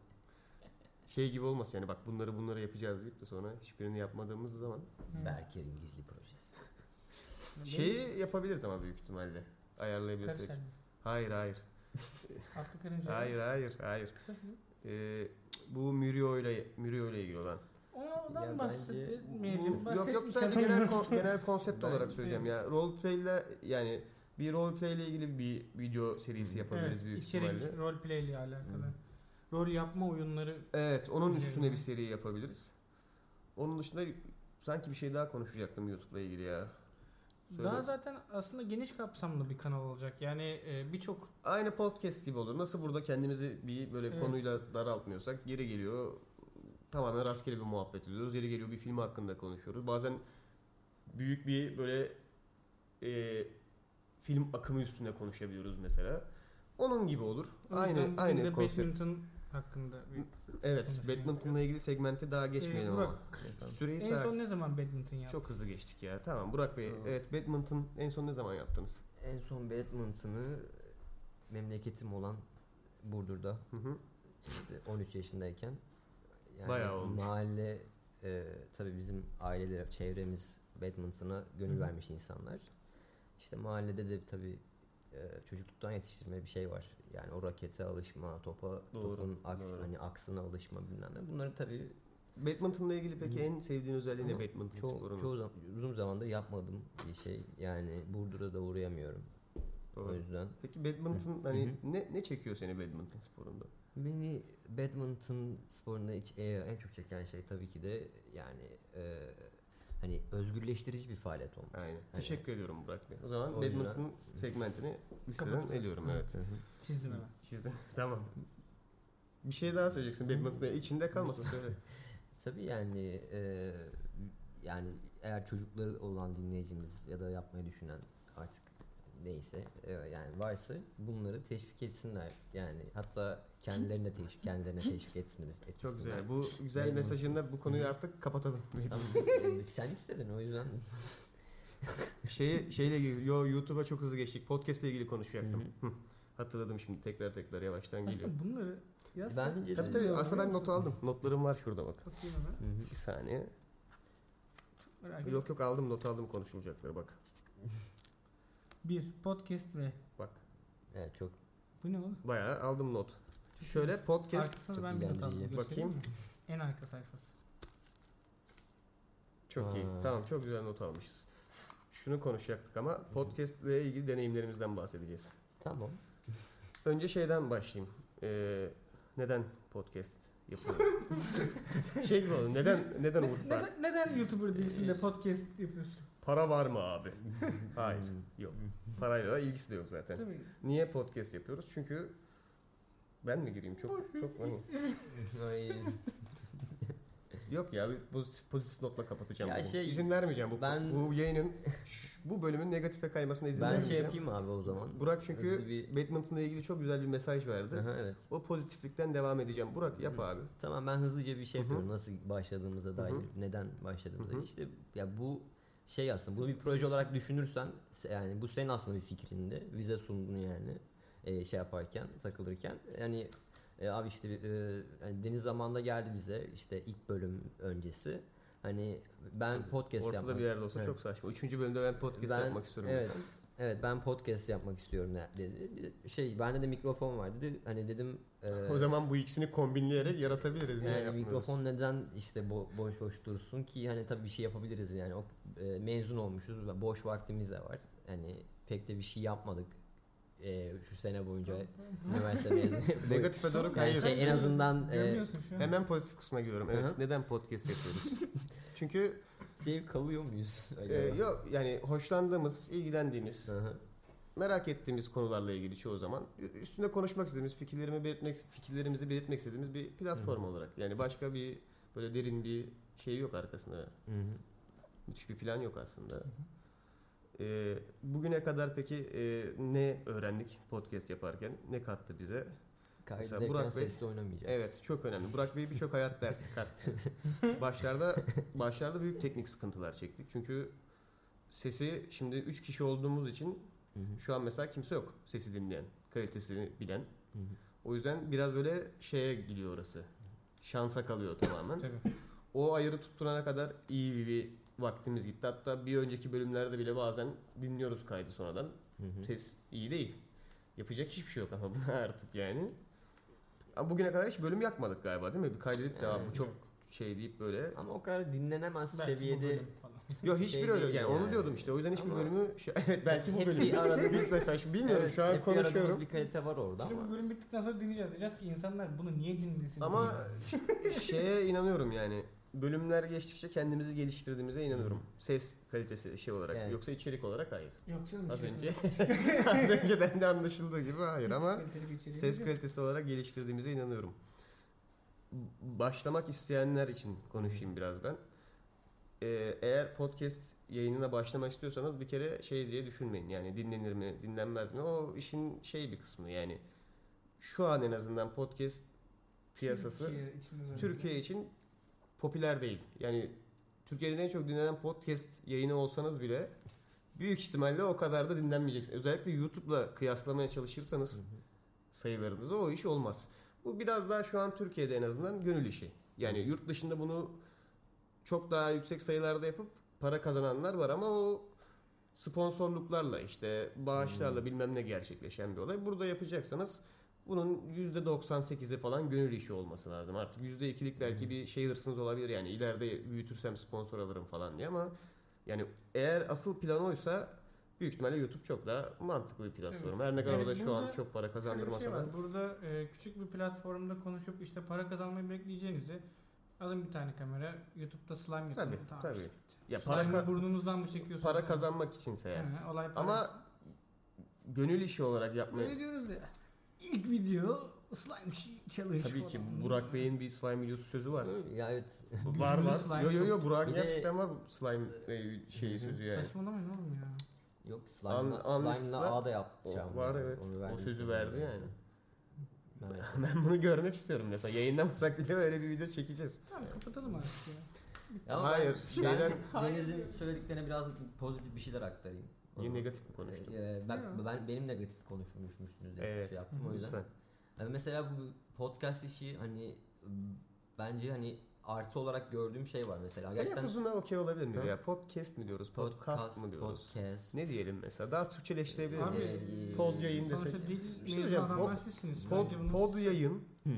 Speaker 2: Şey gibi olmasın yani bak bunları bunları yapacağız deyip de sonra hiçbirini yapmadığımız zaman
Speaker 1: Hı.
Speaker 4: Berker'in gizli projesi.
Speaker 1: Benim
Speaker 2: şeyi yapabiliriz ama büyük ihtimalle ayarlayabilirsek.
Speaker 1: karakterim.
Speaker 2: Hayır hayır.
Speaker 1: Aklı karınca.
Speaker 2: Hayır hayır hayır.
Speaker 1: Kısa film.
Speaker 2: Ee, bu Mürio ile Mürio ile ilgili olan.
Speaker 1: Ondan
Speaker 4: bence
Speaker 1: bahsetmeyelim.
Speaker 2: Bu, yok yok
Speaker 1: Bahsetmiş
Speaker 2: sadece genel,
Speaker 1: adamız.
Speaker 2: kon- genel konsept
Speaker 4: Ben-
Speaker 2: olarak söyleyeceğim ya. Roleplay ile yani bir roleplay ile ilgili bir video serisi yapabiliriz
Speaker 1: evet,
Speaker 2: büyük
Speaker 1: içerik
Speaker 2: ihtimalle. Hmm.
Speaker 1: roleplay ile alakalı.
Speaker 4: Hı.
Speaker 1: Rol yapma oyunları
Speaker 2: Evet, onun
Speaker 1: Biliyorum
Speaker 2: üstüne
Speaker 1: ya.
Speaker 2: bir seri yapabiliriz. Onun dışında sanki bir şey daha konuşacaktım YouTube'la ilgili ya. Söyle.
Speaker 1: daha zaten aslında geniş kapsamlı bir kanal olacak. Yani e, birçok
Speaker 2: Aynı podcast gibi olur. Nasıl burada kendimizi bir böyle
Speaker 1: Evet.
Speaker 2: konuyla daraltmıyorsak geri geliyor tamamen rastgele bir muhabbet ediyoruz. Yeri geliyor bir film hakkında konuşuyoruz. Bazen büyük bir böyle e, film akımı üstüne konuşabiliyoruz mesela. Onun gibi olur.
Speaker 1: o
Speaker 2: aynı
Speaker 1: yüzden bugün
Speaker 2: aynı
Speaker 1: de
Speaker 2: konsept.
Speaker 1: badminton hakkında. bir-
Speaker 2: Evet,
Speaker 1: konuşmaya
Speaker 2: badminton'la ilgili segmente daha geçmeyelim
Speaker 1: Ee, Burak,
Speaker 2: ama. Süreyi
Speaker 1: En
Speaker 2: takip-
Speaker 1: son ne zaman badminton yaptın?
Speaker 2: Çok hızlı geçtik ya. Tamam Burak Bey.
Speaker 4: Tamam.
Speaker 2: Evet Badminton en son ne zaman yaptınız?
Speaker 4: En son Batman'sını memleketim olan Burdur'da
Speaker 2: Hı hı.
Speaker 4: işte 13 yaşındayken yani
Speaker 2: Bayağı olmuş.
Speaker 4: mahalle e, tabii bizim aileler çevremiz badminton'a gönül
Speaker 1: Hı hı.
Speaker 4: vermiş insanlar. İşte mahallede de tabii e, çocukluktan yetiştirme bir şey var. Yani o rakete alışma, topa,
Speaker 2: Doğru,
Speaker 4: topun aks,
Speaker 2: doğru.
Speaker 4: hani aksına alışma bilmem ne. Bunları tabii
Speaker 2: Badminton'la ilgili peki
Speaker 4: Hı.
Speaker 2: en sevdiğin özelliği ne
Speaker 4: Ama
Speaker 2: Badminton
Speaker 4: çoğu,
Speaker 2: sporunun?
Speaker 4: çoğu zam- uzun zamandır yapmadım bir şey. Yani Burdur'a da uğrayamıyorum. O
Speaker 2: Doğru.
Speaker 4: yüzden
Speaker 2: Peki Badminton
Speaker 4: Hı.
Speaker 2: hani
Speaker 4: Hı
Speaker 2: ne ne çekiyor seni Badminton sporunda?
Speaker 4: Beni badminton sporunda hiç- e, en çok çeken şey tabii ki de yani e, hani özgürleştirici bir faaliyet olması.
Speaker 2: Aynen.
Speaker 4: Hani-
Speaker 2: Teşekkür ediyorum Burak Bey. O zaman
Speaker 4: O yüzden-
Speaker 2: Badminton segmentini listeden
Speaker 1: Kapat.
Speaker 2: eliyorum evet.
Speaker 4: Hı hı.
Speaker 1: Çizdim hemen.
Speaker 2: Çizdim. tamam. Bir şey daha söyleyeceksin Badminton'da içinde kalmasın söyle.
Speaker 4: Tabii yani e, yani eğer çocukları olan dinleyicimiz ya da yapmayı düşünen artık neyse e, yani varsa bunları teşvik etsinler. Yani hatta kendilerine teşvik kendilerine teşvik etsinler.
Speaker 2: Çok
Speaker 4: etsinler.
Speaker 2: güzel. Bu güzel
Speaker 4: Badminton.
Speaker 2: mesajında bu konuyu artık kapatalım.
Speaker 4: Tamam. E, Sen istedin o yüzden.
Speaker 2: şey şeyle ilgili yo YouTube'a çok hızlı geçtik. Podcast'le ilgili konuşacaktım. Hı. Hatırladım şimdi tekrar tekrar yavaştan geliyor.
Speaker 1: Aslında bunları yazsak
Speaker 4: Bence de.
Speaker 2: Tabii tabii. Aslında ben notu aldım. Notlarım var şurada bak.
Speaker 1: bakayım hemen.
Speaker 4: Hı hı.
Speaker 2: Bir saniye.
Speaker 1: Çok merak ettim.
Speaker 2: Yok yok aldım not aldım konuşulacakları bak.
Speaker 1: Bir podcast ve
Speaker 2: Bak.
Speaker 4: Evet çok
Speaker 1: bu ne oğlum?
Speaker 2: Bayağı aldım not. Şöyle podcast
Speaker 1: Arkasına
Speaker 4: Çok
Speaker 1: ben bir not
Speaker 4: ilerleyici.
Speaker 1: aldım. Bakayım.
Speaker 2: Bakayım.
Speaker 1: Mi? En arka sayfası.
Speaker 2: çok iyi.
Speaker 4: Aa.
Speaker 2: Tamam çok güzel not almışız. Şunu konuşacaktık ama podcast'le ilgili deneyimlerimizden bahsedeceğiz.
Speaker 4: tamam.
Speaker 2: Önce şeyden başlayayım. Ee, neden podcast yapıyorum? şey gibi oldu. Neden neden Uğur Fark?
Speaker 1: Neden, neden YouTuber değilsin de podcast yapıyorsun?
Speaker 2: Para var mı abi?
Speaker 4: Hmm.
Speaker 2: Hayır. Yok. Parayla da ilgisi de yok zaten.
Speaker 1: Tabii.
Speaker 2: Niye podcast yapıyoruz? Çünkü Ben mi gireyim? Çok çok hani.
Speaker 4: Ay.
Speaker 2: Yok ya bir pozitif, pozitif notla kapatacağım.
Speaker 4: Ya
Speaker 2: bugün.
Speaker 4: şey,
Speaker 2: izin vermeyeceğim bu
Speaker 4: ben-
Speaker 2: bu yayının şu- bu bölümün negatife kaymasına izin
Speaker 4: ben şey
Speaker 2: vermeyeceğim.
Speaker 4: yapayım abi o zaman.
Speaker 2: Burak çünkü
Speaker 4: Hızlı bir-
Speaker 2: badmintonla ilgili çok güzel bir mesaj verdi.
Speaker 4: Aha, evet.
Speaker 2: O pozitiflikten devam edeceğim. Burak yap abi.
Speaker 4: Tamam ben hızlıca bir şey
Speaker 2: Hı hı.
Speaker 4: yapıyorum. Nasıl başladığımıza dair, neden başladığımıza
Speaker 2: Hı
Speaker 4: dair.
Speaker 2: hı.
Speaker 4: İşte ya bu şey aslında bunu bir proje olarak düşünürsen se- yani bu senin aslında bir fikrinde. Bize sundun yani. e, şey yaparken, takılırken. Yani e, abi işte e, hani Deniz zamanda geldi bize işte ilk bölüm öncesi. Hani ben podcast
Speaker 2: Ortada
Speaker 4: yapmak
Speaker 2: bir yerde olsa
Speaker 4: Evet.
Speaker 2: çok saçma. Üçüncü bölümde ben podcast
Speaker 4: Ben-
Speaker 2: yapmak istiyorum.
Speaker 4: Evet.
Speaker 2: mesela.
Speaker 4: Evet ben podcast yapmak istiyorum de- dedi. Şey bende de mikrofon var dedi. Hani dedim e,
Speaker 2: O zaman bu ikisini kombinleyerek yaratabiliriz. Niye
Speaker 4: yani
Speaker 2: yapmıyoruz?
Speaker 4: mikrofon neden işte bo- boş boş dursun ki hani tabii bir şey yapabiliriz yani o e, mezun olmuşuz ve boş vaktimiz de var. Hani pek de bir şey yapmadık e, şu sene boyunca üniversite mezunu. Yani
Speaker 2: Negatife doğru kayıyoruz.
Speaker 4: şey, en azından e,
Speaker 1: Görmüyorsun şu an.
Speaker 2: Hemen pozitif kısma giriyorum. Evet.
Speaker 4: Hı hı.
Speaker 2: Neden podcast yapıyoruz? Çünkü
Speaker 4: sevip Şey, kalıyor muyuz?
Speaker 2: e, yok yani hoşlandığımız, ilgilendiğimiz,
Speaker 4: Hı hı.
Speaker 2: merak ettiğimiz konularla ilgili çoğu zaman üstünde konuşmak istediğimiz, fikirlerimi belirtmek, fikirlerimizi belirtmek istediğimiz bir platform
Speaker 4: Hı.
Speaker 2: olarak. Yani başka bir böyle derin bir şey yok arkasında.
Speaker 4: Hı hı.
Speaker 2: Müthiş bir plan yok aslında. Ee, bugüne kadar peki e, ne öğrendik podcast yaparken? Ne kattı bize?
Speaker 4: Kaydederken
Speaker 2: Burak Bey-
Speaker 4: sesle oynamayacağız.
Speaker 2: Evet çok önemli. Burak Bey birçok hayat dersi kattı. başlarda başlarda büyük teknik sıkıntılar çektik. Çünkü sesi şimdi 3 kişi olduğumuz için
Speaker 4: Hı hı.
Speaker 2: şu an mesela kimse yok sesi dinleyen, kalitesini bilen.
Speaker 4: Hı hı.
Speaker 2: O yüzden biraz böyle şeye gidiyor orası. Şansa kalıyor tamamen.
Speaker 1: Tabii.
Speaker 2: O ayarı tutturana kadar iyi bir vaktimiz gitti. Hatta bir önceki bölümlerde bile bazen dinliyoruz kaydı sonradan.
Speaker 4: Hı hı.
Speaker 2: Ses iyi değil. Yapacak hiçbir şey yok ama buna artık yani. Ama bugüne kadar hiç bölüm yakmadık galiba değil mi? Bir kaydedip de "Aa, bu
Speaker 4: Evet.
Speaker 2: çok şey deyip böyle.
Speaker 4: Ama o kadar dinlenemez
Speaker 1: Belki bu
Speaker 4: seviyede
Speaker 1: bölüm falan.
Speaker 2: Yok hiçbir
Speaker 4: Şey
Speaker 2: öyle
Speaker 4: değil
Speaker 2: yani, onu
Speaker 4: yani.
Speaker 2: diyordum işte. O yüzden hiçbir
Speaker 4: Ama-
Speaker 2: bölümü şey- evet belki bu
Speaker 4: Hep
Speaker 2: bölüm.
Speaker 4: bir aradığımız-
Speaker 2: Büyük mesaj bilmiyorum
Speaker 4: Evet,
Speaker 2: şu an
Speaker 4: hep bir aradığımız
Speaker 2: konuşuyorum.
Speaker 4: bir kalite var orada
Speaker 1: Şimdi
Speaker 4: ama.
Speaker 1: bu bölüm bittikten sonra dinleyeceğiz. Diyeceğiz ki insanlar bunu niye dinlesin?
Speaker 2: Ama
Speaker 1: diye.
Speaker 2: şeye inanıyorum yani. Bölümler geçtikçe kendimizi geliştirdiğimize inanıyorum. Ses kalitesi şey olarak.
Speaker 4: Evet.
Speaker 2: Yoksa içerik olarak hayır.
Speaker 1: Yok canım.
Speaker 2: Az
Speaker 1: şey-
Speaker 2: önce az önceden de anlaşıldığı gibi hayır
Speaker 1: Hiç
Speaker 2: ama
Speaker 1: kaliteli bir içeriğimiz
Speaker 2: ses
Speaker 1: yok.
Speaker 2: kalitesi olarak geliştirdiğimize inanıyorum. Başlamak isteyenler için konuşayım biraz ben. Ee, eğer podcast yayınına başlamak istiyorsanız bir kere şey diye düşünmeyin. Yani dinlenir mi, dinlenmez mi? O işin şey bir kısmı yani. Şu an en azından podcast piyasası
Speaker 1: Türkiye, için özellikle.
Speaker 2: Türkiye için popüler değil. Yani Türkiye'nin en çok dinlenen podcast yayını olsanız bile büyük ihtimalle o kadar da dinlenmeyeceksiniz. Özellikle YouTube'la kıyaslamaya çalışırsanız sayılarınızı o iş olmaz. Bu biraz daha şu an Türkiye'de en azından gönül işi. Yani yurt dışında bunu çok daha yüksek sayılarda yapıp para kazananlar var ama o sponsorluklarla işte bağışlarla bilmem ne gerçekleşen bir olay. Burada yapacaksanız bunun %98'i falan gönül işi olması lazım. Artık %2'lik belki bir şey hırsınız olabilir yani ileride büyütürsem sponsor alırım falan diye ama yani eğer asıl plan oysa büyük ihtimalle YouTube çok daha mantıklı bir platform. Her ne kadar
Speaker 1: Yani
Speaker 2: o da şu an
Speaker 1: burada
Speaker 2: çok para
Speaker 1: Şöyle bir
Speaker 2: kazandırmasa
Speaker 1: şey
Speaker 2: da.
Speaker 1: var. Burada e, küçük bir platformda konuşup işte para kazanmayı bekleyeceğinizi alın bir tane kamera YouTube'da slime yapın.
Speaker 2: Tabii,
Speaker 1: Tamam
Speaker 2: tabii.
Speaker 1: işte.
Speaker 2: Ya para,
Speaker 1: Slime'ı
Speaker 2: ka-
Speaker 1: burnunuzdan mı çekiyorsunuz?
Speaker 2: para kazanmak içinse yani.
Speaker 1: He, olay para.
Speaker 2: Ama gönül işi olarak
Speaker 1: Böyle
Speaker 2: yapmayı...
Speaker 1: diyoruz ya. İlk video slime ch- challenge
Speaker 2: Tabii
Speaker 1: falan.
Speaker 2: ki Burak Bey'in bir slime videosu sözü var.
Speaker 4: Ya evet.
Speaker 2: var var.
Speaker 1: slime
Speaker 2: Yo yo yo
Speaker 4: Bir
Speaker 2: Burak
Speaker 4: de-
Speaker 2: gerçekten var bu slime e, şeyi sözü yani.
Speaker 1: Saçmalamayın oğlum ya.
Speaker 4: Yok
Speaker 2: An-
Speaker 4: slime'la
Speaker 2: anlısla-
Speaker 4: slime'la A da
Speaker 2: O
Speaker 4: yapacağım.
Speaker 2: var
Speaker 4: yani.
Speaker 2: evet.
Speaker 4: Onu
Speaker 2: O
Speaker 4: verdim
Speaker 2: sözü
Speaker 4: sana
Speaker 2: verdi
Speaker 4: bize.
Speaker 2: yani.
Speaker 4: Evet.
Speaker 2: Ben bunu görmek istiyorum mesela. Yayınlamasak bile öyle bir video çekeceğiz.
Speaker 1: Tamam kapatalım artık ya.
Speaker 4: Ama
Speaker 2: Hayır,
Speaker 4: ben-
Speaker 2: şeyden-
Speaker 4: Ben Deniz'in söylediklerine biraz pozitif bir şeyler aktarayım.
Speaker 2: Niye negatif mi konuştum?
Speaker 4: Ee, e,
Speaker 1: Yok.
Speaker 4: ben, ben, benim negatif konuşmuşmuşsunuz diye
Speaker 2: Evet.
Speaker 4: şey yaptım o yüzden.
Speaker 2: Lütfen.
Speaker 4: Yani mesela bu podcast işi hani m, bence hani artı olarak gördüğüm şey var mesela. Gerçekten
Speaker 2: Telaffuzuna okey olabilir miyiz
Speaker 4: Hı?
Speaker 2: ya? Podcast mi diyoruz? Podcast mı diyoruz?
Speaker 4: Podcast.
Speaker 2: Ne diyelim mesela? Daha Türkçeleştirebilir
Speaker 1: Abi, e,
Speaker 2: miyiz?
Speaker 4: Ee,
Speaker 2: Pod yayın desek.
Speaker 1: Sonuçta dil
Speaker 2: Bir şey
Speaker 1: mezunu
Speaker 2: diyeceğim,
Speaker 1: adamlar
Speaker 2: pod-
Speaker 1: sizsiniz. Bence
Speaker 2: Pod,
Speaker 1: bunu-
Speaker 2: pod yayın
Speaker 4: Hı hı.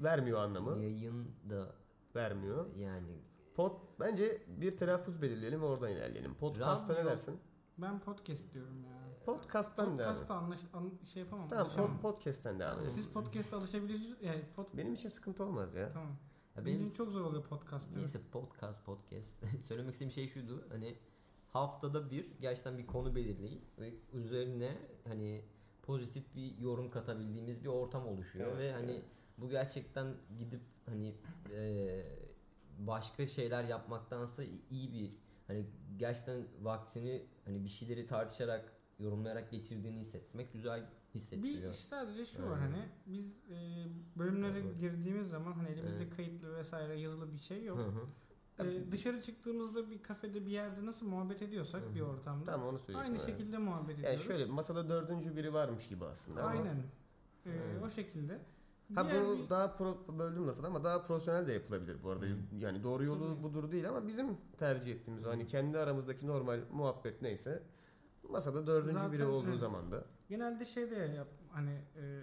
Speaker 2: vermiyor anlamı.
Speaker 4: Yayın da
Speaker 2: Vermiyor.
Speaker 4: yani
Speaker 2: Pod bence bir telaffuz belirleyelim ve oradan ilerleyelim. Podcast'a ne
Speaker 4: Radyo-
Speaker 2: dersin?
Speaker 1: Ben podcast diyorum ya.
Speaker 2: Podcast'tan devam.
Speaker 1: Podcast'a anlaş, an, şey yapamam.
Speaker 2: Tamam
Speaker 1: alışamam.
Speaker 2: pod, podcast'ten devam edelim.
Speaker 1: Siz podcast'a alışabilirsiniz. Yani pod...
Speaker 2: Benim için sıkıntı olmaz ya.
Speaker 1: Tamam.
Speaker 4: ya
Speaker 1: Benim
Speaker 4: benim
Speaker 1: çok zor oluyor podcast. diyorum.
Speaker 4: Neyse podcast podcast. Söylemek istediğim şey şuydu. Hani haftada bir gerçekten bir konu belirleyip ve üzerine hani pozitif bir yorum katabildiğimiz bir ortam oluşuyor ve hani bu gerçekten gidip hani eee, başka şeyler yapmaktansa iyi bir hani gerçekten vaktini hani bir şeyleri tartışarak yorumlayarak geçirdiğini hissetmek güzel
Speaker 1: Bir şey
Speaker 4: hissettiriyor.
Speaker 1: sadece şu var
Speaker 4: Aynen.
Speaker 1: hani biz e, bölümlere
Speaker 4: Evet.
Speaker 1: girdiğimiz zaman hani elimizde
Speaker 4: Evet.
Speaker 1: kayıtlı vesaire yazılı bir şey
Speaker 4: Hı
Speaker 1: yok.
Speaker 4: hı.
Speaker 1: E, dışarı çıktığımızda bir kafede bir yerde nasıl muhabbet ediyorsak
Speaker 4: Hı hı.
Speaker 1: bir ortamda
Speaker 2: Tamam onu söyleyeyim.
Speaker 1: aynı şekilde muhabbet
Speaker 2: Yani
Speaker 1: ediyoruz.
Speaker 2: şöyle masada dördüncü biri varmış gibi aslında. ama-
Speaker 1: Aynen. E,
Speaker 4: Evet.
Speaker 1: O şekilde.
Speaker 2: Ha
Speaker 1: Diğer
Speaker 2: bu
Speaker 1: bir-
Speaker 2: daha pro, böldüm lafını ama daha profesyonel de yapılabilir bu arada.
Speaker 4: Hı.
Speaker 2: Yani doğru yolu
Speaker 1: Tabii.
Speaker 2: budur değil ama bizim tercih ettiğimiz o.
Speaker 4: Hmm.
Speaker 2: hani kendi aramızdaki normal muhabbet neyse masada dördüncü
Speaker 1: Zaten,
Speaker 2: biri olduğu
Speaker 1: evet.
Speaker 2: zaman da
Speaker 1: genelde şey de yap, hani e,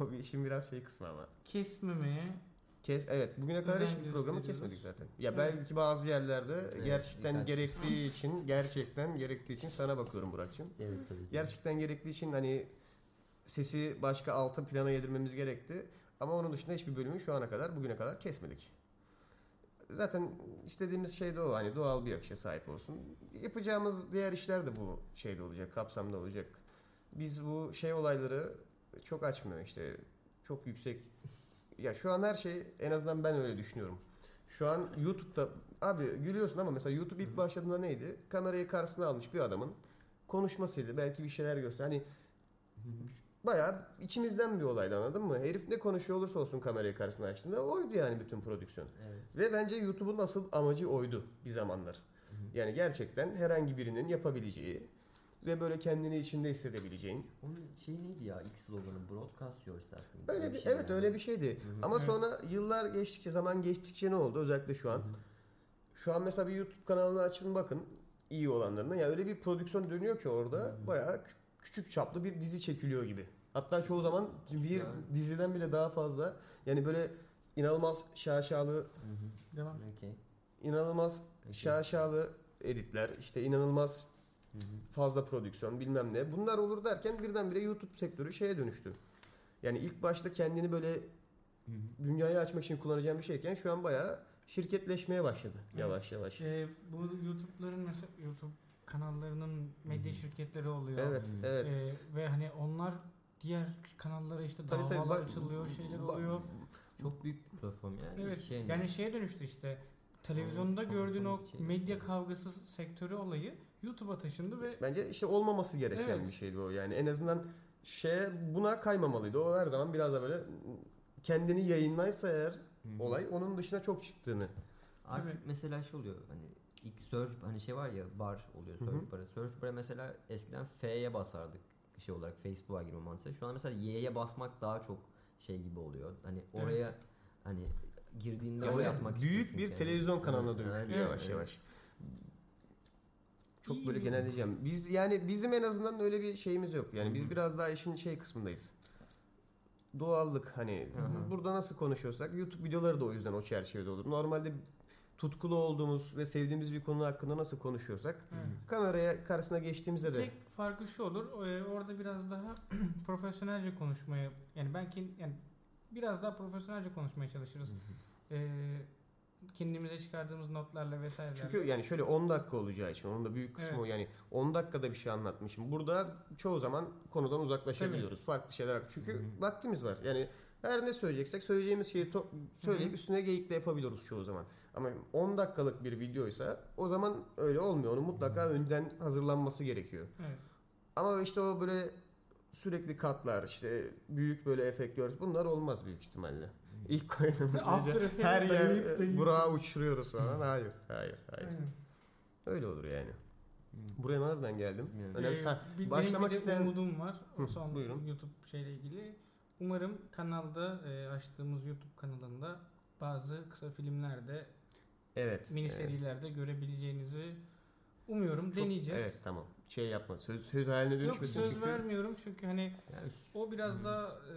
Speaker 2: o bir işin biraz şey kısmı ama.
Speaker 1: kesmemeye
Speaker 2: Kes, evet bugüne kadar
Speaker 1: Özen
Speaker 2: hiçbir programı
Speaker 1: gösteriyoruz.
Speaker 2: kesmedik zaten. Ya
Speaker 1: Evet.
Speaker 2: belki bazı yerlerde
Speaker 4: Evet,
Speaker 2: gerçekten
Speaker 4: birkaç-
Speaker 2: gerektiği için gerçekten gerektiği için sana bakıyorum Burak'cığım.
Speaker 4: Evet tabii. ki.
Speaker 2: Gerçekten gerektiği için hani sesi başka altın plana yedirmemiz gerekti. Ama onun dışında hiçbir bölümü şu ana kadar bugüne kadar kesmedik. Zaten istediğimiz şey de o hani doğal bir akışa sahip olsun. Yapacağımız diğer işler de bu şeyde olacak, kapsamda olacak. Biz bu şey olayları çok açmıyor işte. Çok yüksek. Ya şu an her şey en azından ben öyle düşünüyorum. Şu an YouTube'da abi gülüyorsun ama mesela YouTube ilk başladığında neydi? Kamerayı karşısına almış bir adamın konuşmasıydı. Belki bir şeyler göster. Hani
Speaker 4: Hı hı.
Speaker 2: bayağı içimizden bir olaydı anladın mı? Herif ne konuşuyor olursa olsun kamerayı karşısına açtığında oydu yani bütün prodüksiyon.
Speaker 4: Evet.
Speaker 2: Ve bence YouTube'un asıl amacı oydu bir zamanlar.
Speaker 4: hı.
Speaker 2: Yani gerçekten herhangi birinin yapabileceği ve böyle kendini içinde hissedebileceğin.
Speaker 4: Onun şey neydi ya ilk sloganı broadcast yourself mıydı?
Speaker 2: Öyle bir evet öyle bir şeydi. Ama
Speaker 1: Evet.
Speaker 2: sonra yıllar geçtikçe zaman geçtikçe ne oldu özellikle şu an? Şu an mesela bir YouTube kanalını açın bakın iyi olanlarına. Ya öyle bir prodüksiyon dönüyor ki orada
Speaker 4: Hmm.
Speaker 2: bayağı kü- küçük çaplı bir dizi çekiliyor gibi. Hatta çoğu zaman bir
Speaker 4: Yani.
Speaker 2: diziden bile daha fazla. Yani böyle inanılmaz şaşalı,
Speaker 1: devam.
Speaker 4: Okey.
Speaker 2: inanılmaz
Speaker 4: Peki.
Speaker 2: şaşalı editler, işte inanılmaz
Speaker 4: Hı hı.
Speaker 2: fazla prodüksiyon bilmem ne. Bunlar olur derken birdenbire YouTube sektörü şeye dönüştü. Yani ilk başta kendini böyle
Speaker 4: Hı hı.
Speaker 2: dünyayı açmak için kullanacağım bir şeyken şu an bayağı şirketleşmeye başladı yavaş yavaş.
Speaker 1: E, bu YouTube'ların mesela YouTube kanallarının medya
Speaker 4: Hı hı.
Speaker 1: şirketleri oluyor.
Speaker 2: Evet,
Speaker 4: Hmm.
Speaker 2: evet.
Speaker 1: E, ve hani onlar diğer kanallara işte
Speaker 2: Tabii, tabii,
Speaker 1: davalar
Speaker 2: bak-
Speaker 1: açılıyor, şeyler
Speaker 2: bak-
Speaker 1: oluyor.
Speaker 4: Çok büyük bir platform yani.
Speaker 1: Evet.
Speaker 4: Şey
Speaker 1: yani şeye dönüştü işte. Televizyonda
Speaker 4: Tabii,
Speaker 1: gördüğün o
Speaker 4: tabii ki.
Speaker 1: medya kavgası sektörü olayı YouTube'a taşındı ve
Speaker 2: Bence işte olmaması gereken
Speaker 1: Evet.
Speaker 2: bir şeydi o. Yani en azından şeye buna kaymamalıydı. O her zaman biraz da böyle kendini yayınlaysa eğer
Speaker 4: Hı hı.
Speaker 2: olay onun dışına çok çıktığını.
Speaker 4: Artık
Speaker 1: Tabii.
Speaker 4: mesela şey oluyor hani ilk search hani şey var ya bar oluyor
Speaker 2: Hı hı.
Speaker 4: search barı. Search barı mesela eskiden F'ye basardık şey olarak Facebook'a girme mantığı. Şu an mesela Y'ye basmak daha çok şey gibi oluyor. Hani
Speaker 1: Evet.
Speaker 4: oraya hani girdiğinde
Speaker 2: Yani
Speaker 4: oraya atmak
Speaker 2: büyük
Speaker 4: istiyorsun
Speaker 2: bir
Speaker 4: kendini.
Speaker 2: televizyon kanalına dönüştü
Speaker 4: Aynen,
Speaker 2: yavaş
Speaker 4: evet.
Speaker 2: yavaş. Çok
Speaker 1: İyi
Speaker 2: böyle
Speaker 1: bir-
Speaker 2: genelleyeceğim. Biz yani bizim en azından öyle bir şeyimiz yok. Yani
Speaker 4: Hı
Speaker 2: biz
Speaker 4: hı.
Speaker 2: biraz daha işin şey kısmındayız. Doğallık hani
Speaker 4: Hı hı.
Speaker 2: burada nasıl konuşuyorsak YouTube videoları da o yüzden o çerçevede olur. Normalde tutkulu olduğumuz ve sevdiğimiz bir konu hakkında nasıl konuşuyorsak
Speaker 1: Evet.
Speaker 2: kameraya karşısına geçtiğimizde de
Speaker 1: tek farkı şu olur. e, orada biraz daha profesyonelce konuşmaya yani belki yani biraz daha profesyonelce konuşmaya
Speaker 4: Hı
Speaker 1: çalışırız.
Speaker 4: hı.
Speaker 1: E, kendimize çıkardığımız notlarla vesaire.
Speaker 2: çünkü yani şöyle 10 dakika olacağı için onun da büyük kısmı
Speaker 1: Evet.
Speaker 2: o yani 10 dakikada bir şey anlatmışım. Burada çoğu zaman konudan uzaklaşabiliyoruz. Farklı şeyler çünkü
Speaker 4: Hı hı.
Speaker 2: vaktimiz var. Yani her ne söyleyeceksek söyleyeceğimiz şeyi to- söyleyip
Speaker 1: Hı hı.
Speaker 2: üstüne geyik de yapabiliyoruz çoğu zaman. Ama 10 dakikalık bir videoysa o zaman öyle olmuyor. Onun mutlaka önden hazırlanması gerekiyor.
Speaker 1: Evet.
Speaker 2: Ama işte o böyle sürekli katlar işte büyük böyle efektler bunlar olmaz büyük ihtimalle. İlk koyduğumuz
Speaker 1: After
Speaker 2: gece
Speaker 1: Effects'e
Speaker 2: her
Speaker 1: dayayıp
Speaker 2: yer e,
Speaker 1: dayayıp-
Speaker 2: Burak'a uçuruyoruz falan. Hayır, hayır, hayır.
Speaker 1: Aynen.
Speaker 2: Öyle olur yani.
Speaker 4: Hı.
Speaker 2: Buraya nereden geldim?
Speaker 4: Evet.
Speaker 2: Önemli.
Speaker 1: Ee,
Speaker 2: Ha,
Speaker 1: bir- benim
Speaker 2: başlamak
Speaker 1: bir de
Speaker 2: isteyen-
Speaker 1: umudum var. O
Speaker 2: Hı,
Speaker 1: son
Speaker 2: buyurun.
Speaker 1: YouTube şeyle ilgili. Umarım kanalda e, açtığımız YouTube kanalında bazı kısa filmlerde,
Speaker 2: Evet.
Speaker 1: mini
Speaker 2: evet.
Speaker 1: serilerde görebileceğinizi umuyorum.
Speaker 2: Çok-
Speaker 1: deneyeceğiz.
Speaker 2: Evet tamam. Şey yapma. Söz söz haline
Speaker 1: Yok
Speaker 2: dönüşmesin.
Speaker 1: söz
Speaker 2: çünkü. Hmm.
Speaker 1: vermiyorum çünkü hani
Speaker 4: Yani
Speaker 1: o biraz daha e,